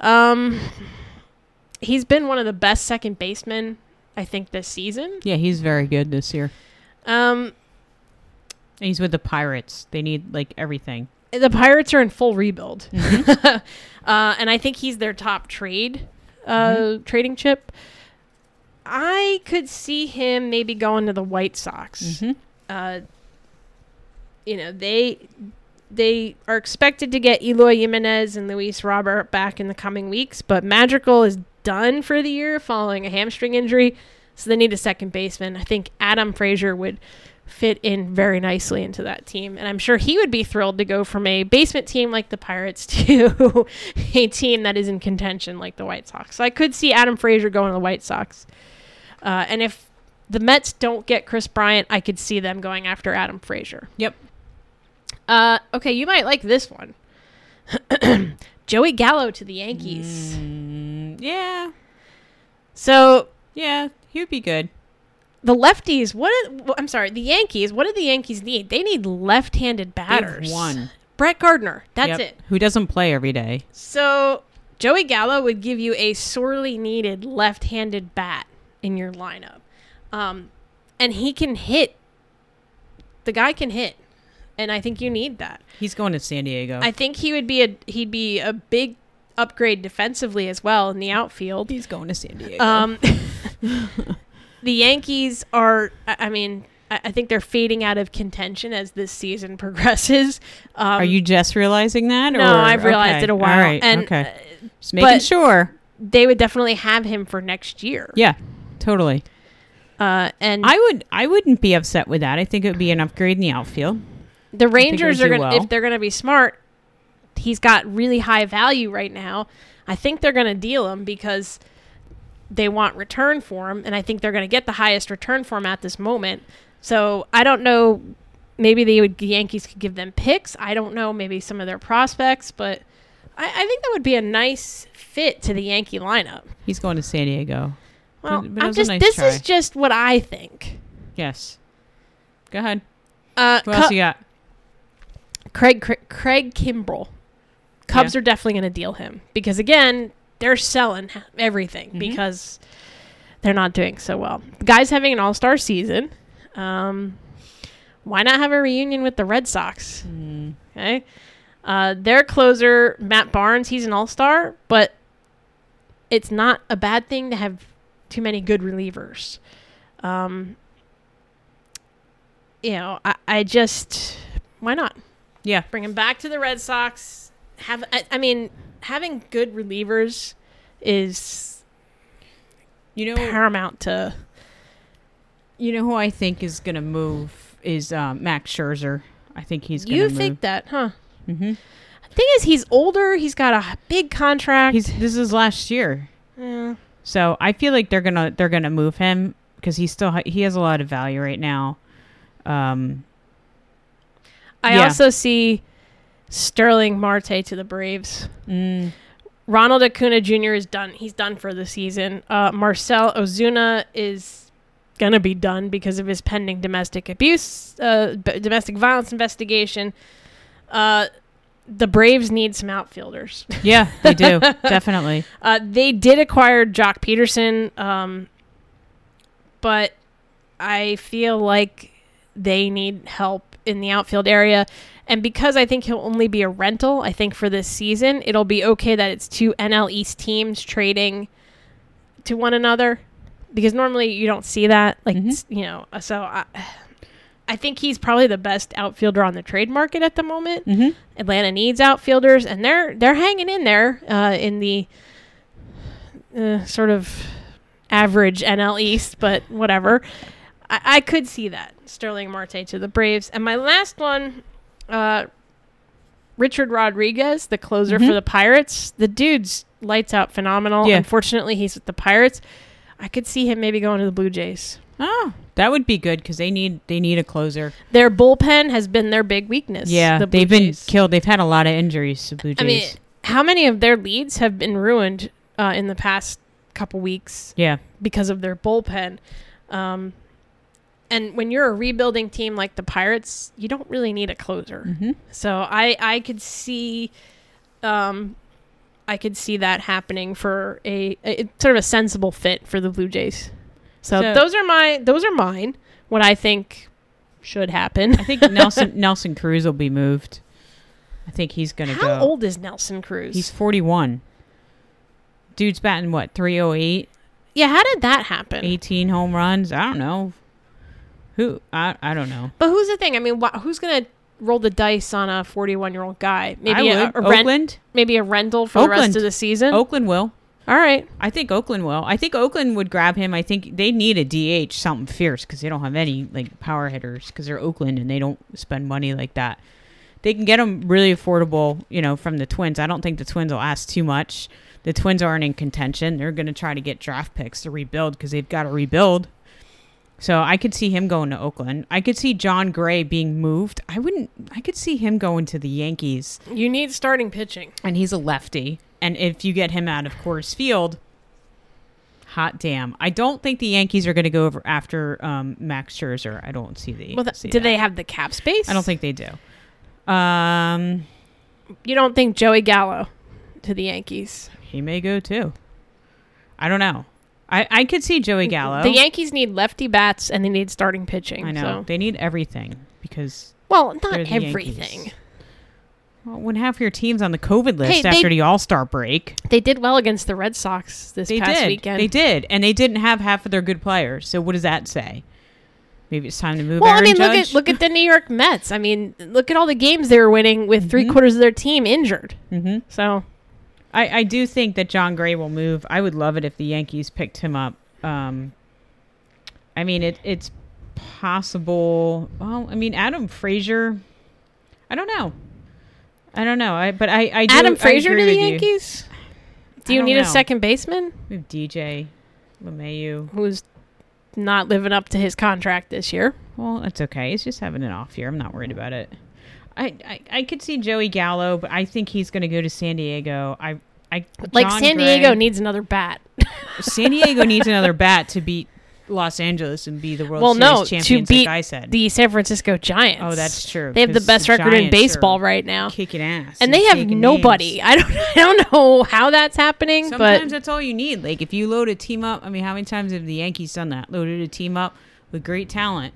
S2: Um, he's been one of the best second basemen, I think, this season.
S1: Yeah, he's very good this year.
S2: Um,
S1: And he's with the Pirates. They need like everything.
S2: the Pirates are in full rebuild, uh, and I think he's their top trade uh, trading chip. I could see him maybe going to the White Sox.
S1: Mhm.
S2: Uh, you know they they are expected to get Eloy Jimenez and Luis Robert back in the coming weeks, but Madrigal is done for the year following a hamstring injury, so they need a second baseman. I think Adam Frazier would fit in very nicely into that team, and I'm sure he would be thrilled to go from a basement team like the Pirates to a team that is in contention like the White Sox. So I could see Adam Frazier going to the White Sox, uh, and if the Mets don't get Chris Bryant, I could see them going after Adam Frazier.
S1: Yep.
S2: Uh, okay, you might like this one. Joey Gallo to the Yankees.
S1: Mm, yeah,
S2: So
S1: yeah, he would be good.
S2: the lefties. What? did- I'm sorry, the Yankees. What do the Yankees need? They need left-handed batters.
S1: one.
S2: Brett Gardner. That's
S1: Yep.
S2: it.
S1: Who doesn't play every day?
S2: So Joey Gallo would give you a sorely needed left-handed bat in your lineup, um, and he can hit. The guy can hit, and I think you need that.
S1: He's going to San Diego.
S2: I think he would be a he'd be a big upgrade defensively as well in the outfield.
S1: he's going to San Diego.
S2: Um, the Yankees are, I I mean, I I think they're fading out of contention as this season progresses. Um,
S1: Are you just realizing that?
S2: No,
S1: or-
S2: I've realized
S1: okay,
S2: it a while.
S1: All right.
S2: And
S1: okay.
S2: uh,
S1: Just making
S2: but-
S1: sure.
S2: they would definitely have him for next year.
S1: Yeah, totally.
S2: Uh, and
S1: I would. I wouldn't be upset with that. I think it would be an upgrade in the outfield.
S2: the
S1: it
S2: Rangers
S1: would
S2: are
S1: do
S2: going to,
S1: well.
S2: if they're going to be smart, he's got really high value right now. I think they're going to deal him because they want return for him, and I think they're going to get the highest return for him at this moment. So I don't know. Maybe they would, the Yankees could give them picks. I don't know. Maybe some of their prospects, but I, I think that would be a nice fit to the Yankee lineup.
S1: He's going to San Diego.
S2: Well,
S1: But- but it
S2: I'm
S1: was a
S2: just
S1: nice
S2: this
S1: try.
S2: is just what I think.
S1: Yes. Go ahead.
S2: Uh,
S1: What
S2: Cu-
S1: else you got?
S2: Craig Craig, Craig Kimbrell. Cubs
S1: Yeah.
S2: are definitely going to deal him because again, they're selling everything
S1: Mhm.
S2: because they're not doing so well. The guy's having an all-star season. Um, why not have a reunion with the Red Sox?
S1: Mm.
S2: Okay. Uh, their closer, Matt Barnes, he's an all star, but it's not a bad thing to have too many good relievers. Um, you know, I, I just, why not?
S1: Yeah.
S2: Bring him back to the Red Sox. Have, I, I mean, having good relievers is
S1: You know.
S2: paramount to.
S1: You know who I think is going to move is um, Max Scherzer. I think he's going to
S2: You
S1: move.
S2: think that, huh?
S1: Mhm.
S2: Thing is, he's older. He's got a big contract.
S1: He's this is last year,
S2: Yeah.
S1: so I feel like they're gonna they're gonna move him because he still ha- he has a lot of value right now. Um,
S2: I
S1: Yeah.
S2: also see Sterling Marte to the Braves.
S1: mm,
S2: Ronald Acuna Jr. is done. He's done for the season. Uh, Marcel Ozuna is gonna be done because of his pending domestic abuse, uh, b- domestic violence investigation. Uh, the Braves need some outfielders.
S1: yeah, they do definitely.
S2: Uh, they did acquire Jock Peterson, um, but I feel like they need help in the outfield area. And because I think he'll only be a rental, I think for this season, it'll be okay that it's two NL East teams trading to one another because normally you don't see that. Like,
S1: Mhm.
S2: s- you know, so I, I think he's probably the best outfielder on the trade market at the moment.
S1: hmm
S2: Atlanta needs outfielders, and they're they're hanging in there uh, in the uh, sort of average NL East, but whatever. I, I could see that Sterling Marte to the Braves, and my last one, uh, Richard Rodriguez, the closer
S1: Mhm.
S2: for the Pirates. The dude's lights out, phenomenal.
S1: Yeah.
S2: Unfortunately, he's with the Pirates. I could see him maybe going to the Blue Jays.
S1: Oh, That would be good because they need they need a closer.
S2: Their bullpen has been their big weakness.
S1: Yeah,
S2: the Blue
S1: they've been
S2: Jays.
S1: killed. They've had a lot of injuries. The Blue Jays.
S2: I mean, how many of their leads have been ruined uh, in the past couple weeks
S1: yeah,
S2: because of their bullpen? Um, and when you're a rebuilding team like the Pirates, you don't really need a closer.
S1: hmm
S2: So I I could see, um, I could see that happening for a, a it's sort of a sensible fit for the Blue Jays. So,
S1: So-
S2: those are my those are mine. What I think should happen.
S1: I think Nelson Nelson Cruz will be moved. I think he's gonna go.
S2: How old is Nelson Cruz?
S1: He's forty one. Dude's batting what 308,
S2: yeah. How did that happen?
S1: 18 home runs. I don't know. Who I I don't know.
S2: But who's the thing? I mean, wh- who's gonna roll the dice on a 41 year old guy? Maybe
S1: I
S2: a,
S1: would.
S2: a rent,
S1: Oakland.
S2: maybe a rental for the
S1: Oakland.
S2: rest of the season.
S1: Oakland will.
S2: All right.
S1: I think Oakland will. I think Oakland would grab him. I think they need a DH, something fierce, because they don't have any like power hitters because they're Oakland and they don't spend money like that. They can get him really affordable, you know, from the Twins. I don't think the Twins will ask too much. The Twins aren't in contention. They're going to try to get draft picks to rebuild because they've got to rebuild. So I could see him going to Oakland. I could see John Gray being moved. I wouldn't. I could see him going to the Yankees
S2: You need starting pitching.
S1: and he's a lefty. And if you get him out of Coors Field, hot damn! I don't think the Yankees are going to go over after um, Max Scherzer. I don't see the.
S2: Well, th-
S1: see
S2: do
S1: that.
S2: they have the cap space?
S1: I don't think they do. Um,
S2: you don't think Joey Gallo to the Yankees.
S1: he may go too. I don't know. I I could see Joey Gallo.
S2: The Yankees need lefty bats and they need starting pitching.
S1: I know
S2: So.
S1: they need everything because
S2: Well, not
S1: They're the
S2: everything.
S1: Yankees. well, when half your team's on the COVID list
S2: Hey, they-
S1: after the All Star break,
S2: They did well against the Red Sox this
S1: they
S2: past
S1: did.
S2: weekend.
S1: They did, and they didn't have half of their good players. So what does that say? Maybe it's time to move.
S2: Well, I
S1: Aaron
S2: mean, look
S1: Judge?
S2: at look at the New York Mets. I mean, look at all the games they were winning with three
S1: Mhm.
S2: quarters of their team injured.
S1: Mm-hmm.
S2: So
S1: I, I do think that John Gray will move. I would love it if the Yankees picked him up. Um, I mean, it it's possible. Well, I mean, Adam Frazier. I don't know. I don't know. I but I, I do,
S2: Adam
S1: I
S2: Frazier to
S1: agree
S2: the
S1: with you.
S2: Yankees. Do
S1: I
S2: you
S1: don't
S2: need a
S1: know.
S2: second baseman
S1: We have DJ LeMayu.
S2: who's not living up to his contract this year?
S1: Well, that's okay. He's just having an off year. I'm not worried about it. I, I, I could see Joey Gallo, but I think he's going to go to San Diego. I I
S2: Like
S1: John
S2: San Diego
S1: Gray-
S2: needs another bat.
S1: San Diego needs another bat to beat Los Angeles and be the World
S2: Well,
S1: Series
S2: no, to
S1: champions,
S2: beat
S1: like I said.
S2: The San Francisco Giants.
S1: oh, that's true.
S2: They have the
S1: 'cause
S2: best record in
S1: Giants
S2: baseball
S1: are
S2: right now,
S1: Kicking ass.
S2: and they have
S1: taking
S2: nobody.
S1: names.
S2: I don't, I don't know how that's happening,
S1: Sometimes
S2: but
S1: that's all you need. Like if you load a team up, I mean, how many times have the Yankees done that? Loaded a team up with great talent,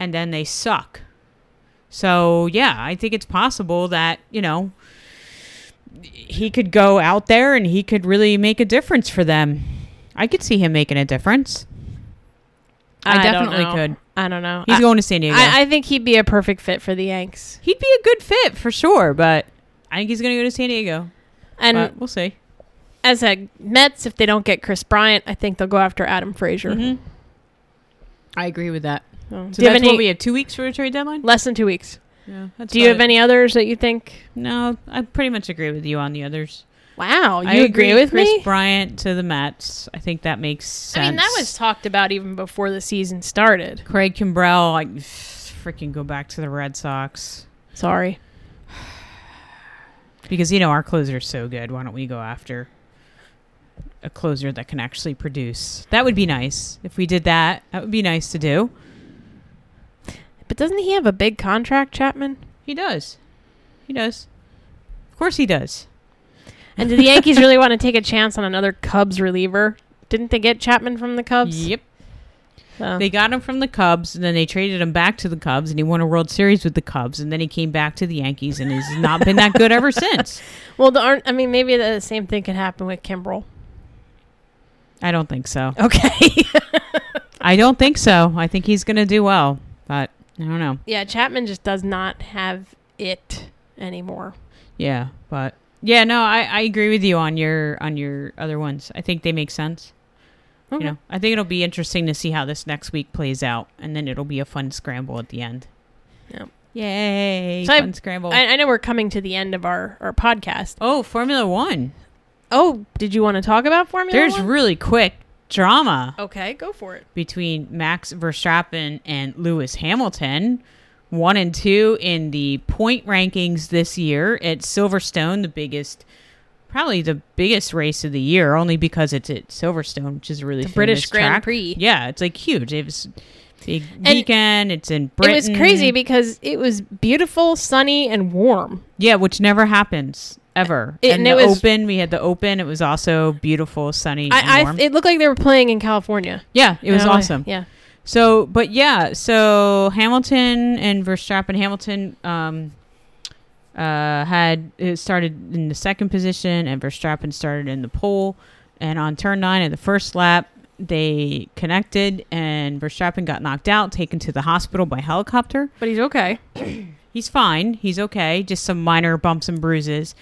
S1: and then they suck. So yeah, I think it's possible that you know he could go out there and he could really make a difference for them. I could see him making a difference. I,
S2: don't
S1: definitely
S2: know.
S1: could.
S2: I don't know.
S1: He's
S2: I,
S1: going to San Diego.
S2: I, I think he'd be a perfect fit for the Yanks,
S1: He'd be a good fit for sure, but I think he's going to go to San Diego.
S2: and
S1: but we'll see.
S2: as a Mets, if they don't get Chris Bryant, I think they'll go after Adam Frazier.
S1: Mhm. I agree with that.
S2: So
S1: So
S2: do you have
S1: that's
S2: any-
S1: what we have two weeks for a trade deadline.
S2: less than two weeks.
S1: Yeah, that's
S2: Do you
S1: about
S2: have
S1: it.
S2: any others that you think?
S1: No, I pretty much agree with you on the others.
S2: Wow, Oh, you
S1: I
S2: agree with
S1: Chris
S2: me?
S1: Bryant to the Mets. I think that makes sense.
S2: I mean, that was talked about even before the season started.
S1: Craig Kimbrell. Like, freaking go back to the Red Sox
S2: Sorry.
S1: because you know our closer's so good. Why don't we go after a closer that can actually produce? That would be nice if we did that. That would be nice to do.
S2: But doesn't he have a big contract, Chapman?
S1: He does. He does. Of course he does.
S2: And do the Yankees really want to take a chance on another Cubs reliever? Didn't they get Chapman from the Cubs? Oh.
S1: Yep.
S2: So-
S1: They got him from the Cubs, and then they traded him back to the Cubs, and he won a World Series with the Cubs, and then he came back to the Yankees, and he's not been that good ever since.
S2: well, the aren't. I mean, maybe the same thing could happen with Kimbrel.
S1: I don't think so.
S2: Okay.
S1: I don't think so. I think he's going to do well, but I don't know.
S2: yeah, Chapman just does not have it anymore.
S1: Yeah, but yeah, no, I, I agree with you on your on your other ones. I think they make sense.
S2: Okay.
S1: You know, I think it'll be interesting to see how this next week plays out, and then it'll be a fun scramble at the end.
S2: Yep.
S1: Yay!
S2: So I-
S1: fun scramble.
S2: I, I know we're coming to the end of our, our podcast.
S1: oh, Formula One.
S2: Oh, did you want to talk about Formula
S1: There's
S2: One?
S1: really quick drama
S2: Okay, go for it.
S1: between Max Verstappen and Lewis Hamilton, one and two in the point rankings this year at Silverstone, the biggest, probably the biggest race of the year, only because it's at Silverstone, which is a really
S2: The British
S1: famous
S2: Grand
S1: track.
S2: Prix.
S1: Yeah, it's like huge. It was big weekend. It's in Britain.
S2: It was crazy because it was beautiful, sunny, and warm.
S1: Yeah, which never happens ever.
S2: It-
S1: and
S2: and it
S1: the
S2: was-
S1: open, we had the open. It was also beautiful, sunny, and
S2: I,
S1: warm.
S2: I it looked like they were playing in California.
S1: yeah, it was
S2: And I
S1: awesome.
S2: Yeah,
S1: So, but yeah, so Hamilton and Verstappen, Hamilton um, uh, had it started in the second position, and Verstappen started in the pole. And on turn nine in the first lap, they connected, and Verstappen got knocked out, taken to the hospital by helicopter.
S2: but he's okay.
S1: He's fine. He's okay. Just some minor bumps and bruises.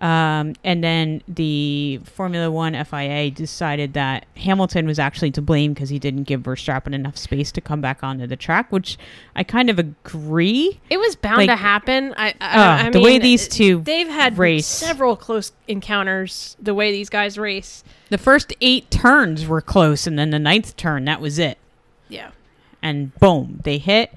S1: Um, and then the Formula One FIA decided that Hamilton was actually to blame because he didn't give Verstappen enough space to come back onto the track, which I kind of agree.
S2: It was bound
S1: Like-
S2: to happen. I, I,
S1: Uh,
S2: I
S1: the way
S2: mean,
S1: these two,
S2: they've had
S1: race.
S2: several close encounters. The way these guys race.
S1: the first eight turns were close, and then the ninth turn, that was it.
S2: Yeah.
S1: and boom, they hit.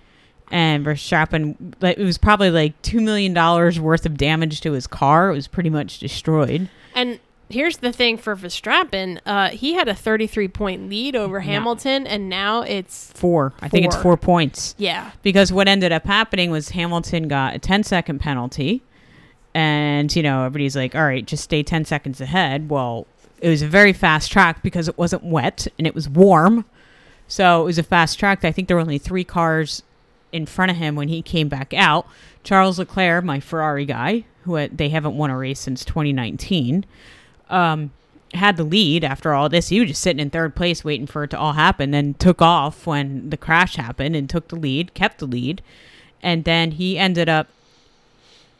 S1: And Verstappen, like, it was probably like two million dollars worth of damage to his car. It was pretty much destroyed.
S2: And here's the thing for Verstappen, uh, he had a 33 point lead over Hamilton, and now it's
S1: Four, I think it's
S2: Four.
S1: four points
S2: yeah,
S1: because what ended up happening was Hamilton got a 10 second penalty, and you know everybody's like, all right, just stay ten seconds ahead. Well, it was a very fast track because it wasn't wet and it was warm, so it was a fast track. I think there were only three cars in front of him when he came back out. Charles Leclerc, my Ferrari guy, who had, they haven't won a race since 2019, um, had the lead after all this. He was just sitting in third place waiting for it to all happen, then took off when the crash happened and took the lead, kept the lead. And then he ended up,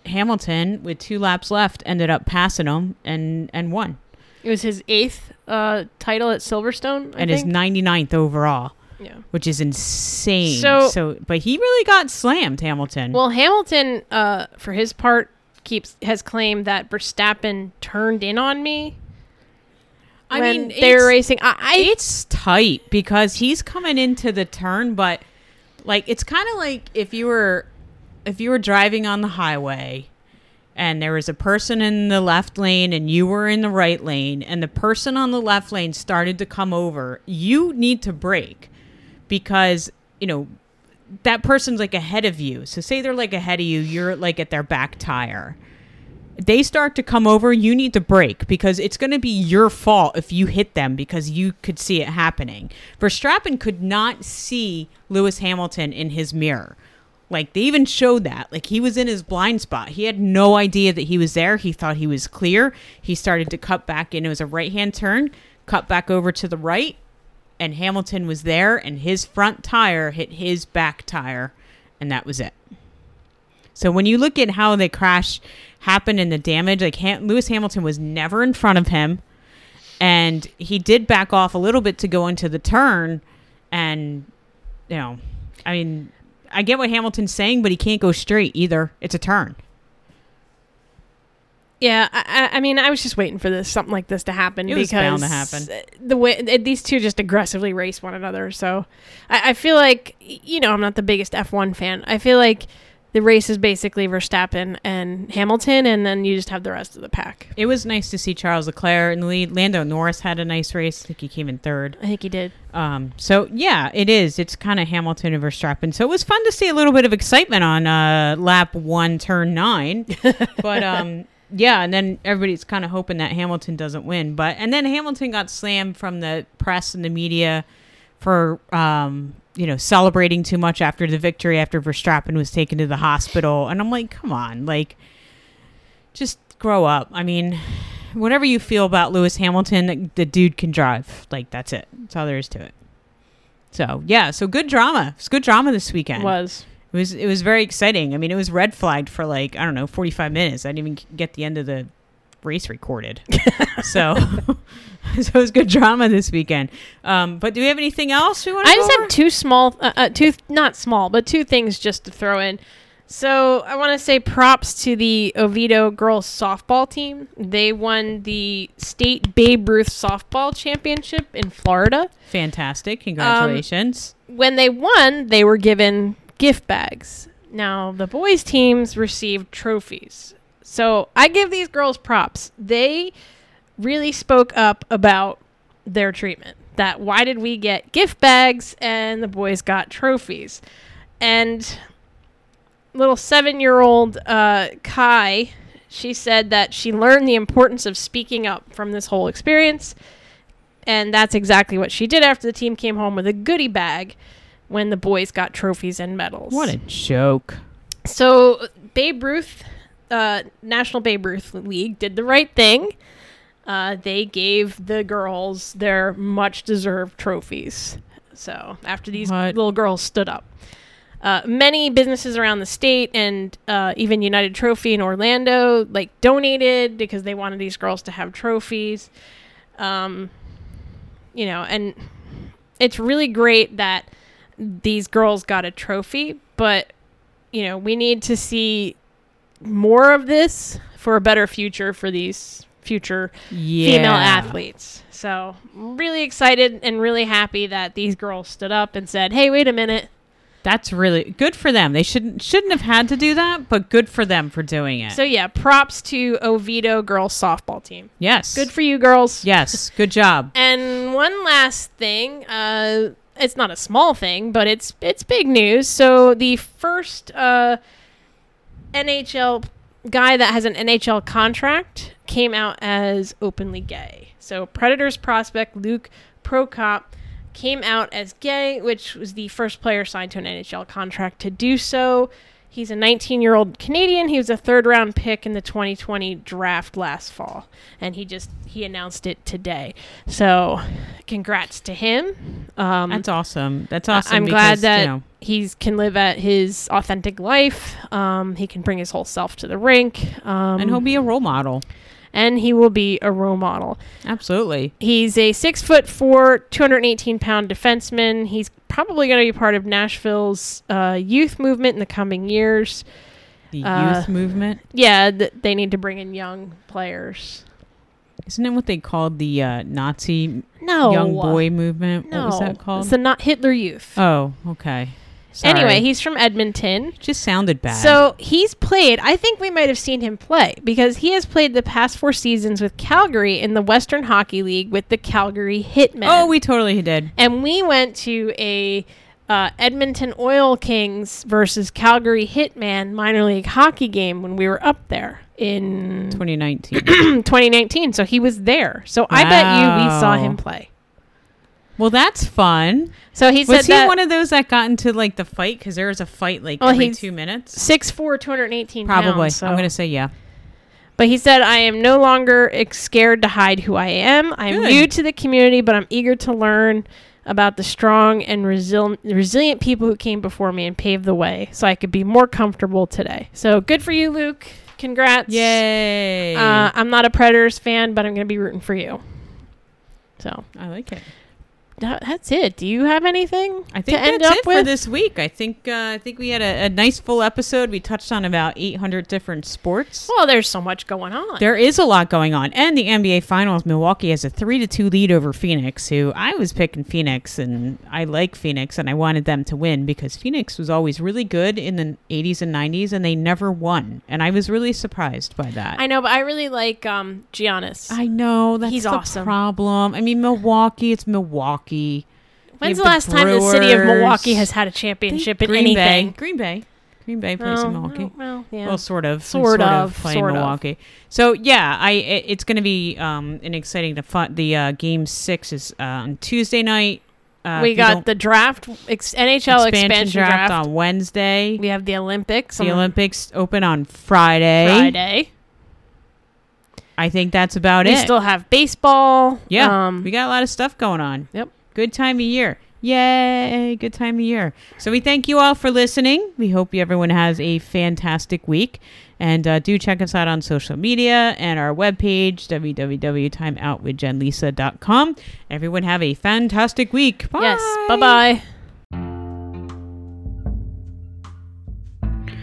S1: Hamilton, with two laps left, ended up passing him and, and won.
S2: it was his eighth uh, title at Silverstone. I
S1: and
S2: think.
S1: is 99th overall,
S2: yeah.
S1: which is insane.
S2: So-
S1: so, but he really got slammed, Hamilton.
S2: Well, Hamilton, uh, for his part, keeps has claimed that Verstappen turned in on me.
S1: I
S2: when
S1: mean,
S2: they
S1: it's-
S2: were racing. I, I
S1: it's tight because he's coming into the turn but like it's kind of like if you were if you were driving on the highway and there was a person in the left lane and you were in the right lane and the person on the left lane started to come over you need to brake because you know that person's like ahead of you so say they're like ahead of you you're like at their back tire they start to come over, you need to break because it's going to be your fault if you hit them because you could see it happening. Verstappen could not see Lewis Hamilton in his mirror. Like they even showed that. Like he was in his blind spot. He had no idea that he was there. He thought he was clear. He started to cut back in. It was a right hand turn, cut back over to the right, and Hamilton was there, and his front tire hit his back tire, and that was it. So when you look at how the crash happened and the damage, like Han- Lewis Hamilton was never in front of him, and he did back off a little bit to go into the turn, and you know, I mean, I get what Hamilton's saying, but he can't go straight either. It's a turn.
S2: yeah. I, I I mean, I was just waiting for this something like this to happen
S1: It was
S2: because
S1: bound to happen.
S2: The way th- these two just aggressively race one another. So I, I feel like y- you know I'm not the biggest F1 fan. I feel like the race is basically Verstappen and Hamilton, and then you just have the rest of the pack.
S1: It was nice to see Charles Leclerc in the lead. Lando Norris had a nice race. I think he came in third.
S2: I think he did.
S1: Um, so yeah, it is. It's kind of Hamilton and Verstappen. So it was fun to see a little bit of excitement on uh, lap one, turn nine. but um, yeah, and then everybody's kind of hoping that Hamilton doesn't win. But and then Hamilton got slammed from the press and the media for um, you know celebrating too much after the victory after Verstappen was taken to the hospital. And I'm like, come on, like just grow up. I mean. Whatever you feel about Lewis Hamilton, the dude can drive. Like that's it. That's all there is to it. So yeah, so good drama. It's good drama this weekend.
S2: Was
S1: It was it was very exciting. I mean, it was red flagged for like I don't know, forty five minutes. I didn't even get the end of the race recorded. so so it was good drama this weekend. Um, but do we have anything else we want to?
S2: I just have two small, uh, uh, two not small, but two things just to throw in. So I want to say props to the Oviedo girls softball team. They won the state Babe Ruth softball championship in Florida. Um,
S1: Fantastic. Congratulations.
S2: When they won, they were given gift bags. Now the boys teams received trophies. So I give these girls props. They really spoke up about their treatment. That why did we get gift bags and the boys got trophies? And little seven year old uh, Kai, she said that she learned the importance of speaking up from this whole experience. And that's exactly what she did after the team came home with a goodie bag when the boys got trophies and medals.
S1: what a joke.
S2: So Babe Ruth, uh, National Babe Ruth League did the right thing. Uh, they gave the girls their much deserved trophies. So after these
S1: What?
S2: little girls stood up, uh, many businesses around the state and uh, even United Trophy in Orlando like donated because they wanted these girls to have trophies. Um, you know, and it's really great that these girls got a trophy, but you know, we need to see more of this for a better future for these future
S1: Yeah.
S2: female athletes. So, really excited and really happy that these girls stood up and said, "Hey, wait a minute."
S1: That's really good for them. They shouldn't shouldn't have had to do that, but good for them for doing it.
S2: So, yeah, props to Oviedo girls softball team.
S1: yes.
S2: Good for you, girls.
S1: Yes. Good job.
S2: And one last thing, uh, it's not a small thing, but it's it's big news. So the first uh, NHL guy that has an NHL contract came out as openly gay. So Predators prospect Luke Prokop came out as gay, which was the first player signed to an NHL contract to do so. He's a 19 year old Canadian. He was a third round pick in the 2020 draft last fall, and he just he announced it today. So, congrats to him. Um,
S1: That's awesome. That's awesome.
S2: I'm
S1: because,
S2: glad that
S1: you know,
S2: he can live at his authentic life. Um, he can bring his whole self to the rink, um,
S1: and he'll be a role model.
S2: and he will be a role model.
S1: Absolutely.
S2: He's a six foot four, 218 pound defenseman. He's probably going to be part of Nashville's uh, youth movement in the coming years.
S1: The
S2: Uh,
S1: youth movement.
S2: Yeah, th- they need to bring in young players.
S1: Isn't it what they called the uh, Nazi
S2: No,
S1: young boy movement?
S2: Oh, uh, No,
S1: What was that called?
S2: It's the not Hitler Youth.
S1: oh, okay. Sorry.
S2: anyway, he's from Edmonton.
S1: just sounded bad.
S2: So he's played. I think we might have seen him play because he has played the past four seasons with Calgary in the Western Hockey League with the Calgary Hitmen.
S1: oh, we totally did.
S2: and we went to a uh, Edmonton Oil Kings versus Calgary Hitman minor league hockey game when we were up there in
S1: 2019.
S2: 2019. So he was there. So I bet you we saw
S1: Wow.
S2: him play.
S1: well, that's fun.
S2: So he said
S1: Was he
S2: that
S1: one of those that got into like the fight? Because there was a fight like
S2: Well,
S1: every
S2: he's-
S1: two minutes.
S2: 6'4", 218
S1: Probably.
S2: pounds, so-
S1: I'm gonna say yeah.
S2: But he said, I am no longer ex- scared to hide who I am. I am
S1: Good.
S2: new to the community, but I'm eager to learn about the strong and resil- resilient people who came before me and paved the way so I could be more comfortable today. So good for you, Luke. Congrats.
S1: Yay!
S2: Uh, I'm not a Predators fan, but I'm going to be rooting for you. So
S1: I like it.
S2: that, that's it. Do you have anything
S1: I think
S2: to end
S1: that's
S2: up
S1: it
S2: with?
S1: for this week. I think uh, I think we had a, a nice full episode. We touched on about 800 different sports.
S2: Well, there's so much going on.
S1: There is a lot going on, and the NBA Finals. Milwaukee has a three to two lead over Phoenix, who I was picking Phoenix, and I like Phoenix, and I wanted them to win because Phoenix was always really good in the 80s and 90s, and they never won, and I was really surprised by that.
S2: I know, but I really like um, Giannis.
S1: I know that's
S2: He's
S1: the
S2: awesome.
S1: problem. I mean, Milwaukee, it's Milwaukee.
S2: When's
S1: You
S2: the
S1: have
S2: last time the city of
S1: Brewers.
S2: Milwaukee has had a championship in
S1: Green
S2: anything?
S1: Bay, Green Bay, Green Bay plays
S2: Well,
S1: in Milwaukee.
S2: Well, yeah.
S1: Well, sort of, They
S2: Sort of,
S1: play in
S2: sort of.
S1: Milwaukee. So yeah, I it, it's going to be um an exciting the fun, the uh, game six is uh, on Tuesday night. Uh,
S2: we
S1: if you
S2: got
S1: don't-
S2: the draft, ex- NHL expansion, draft.
S1: on Wednesday.
S2: We have the Olympics
S1: the
S2: on
S1: Olympics open on Friday.
S2: Friday.
S1: I think that's about
S2: We
S1: it.
S2: still have baseball.
S1: yeah,
S2: Um,
S1: we got a lot of stuff going on.
S2: Yep.
S1: Good time of year. Yay, good time of year. So we thank you all for listening. We hope you everyone has a fantastic week. And uh, do check us out on social media and our webpage, www.timeoutwithjenlisa.com. Everyone have a fantastic week. Bye.
S2: yes. Bye bye.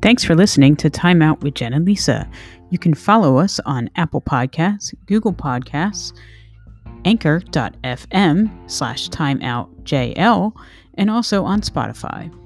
S1: Thanks for listening to Time Out with Jen and Lisa. You can follow us on Apple Podcasts, Google Podcasts, anchor.fm slash timeoutjl, and also on Spotify.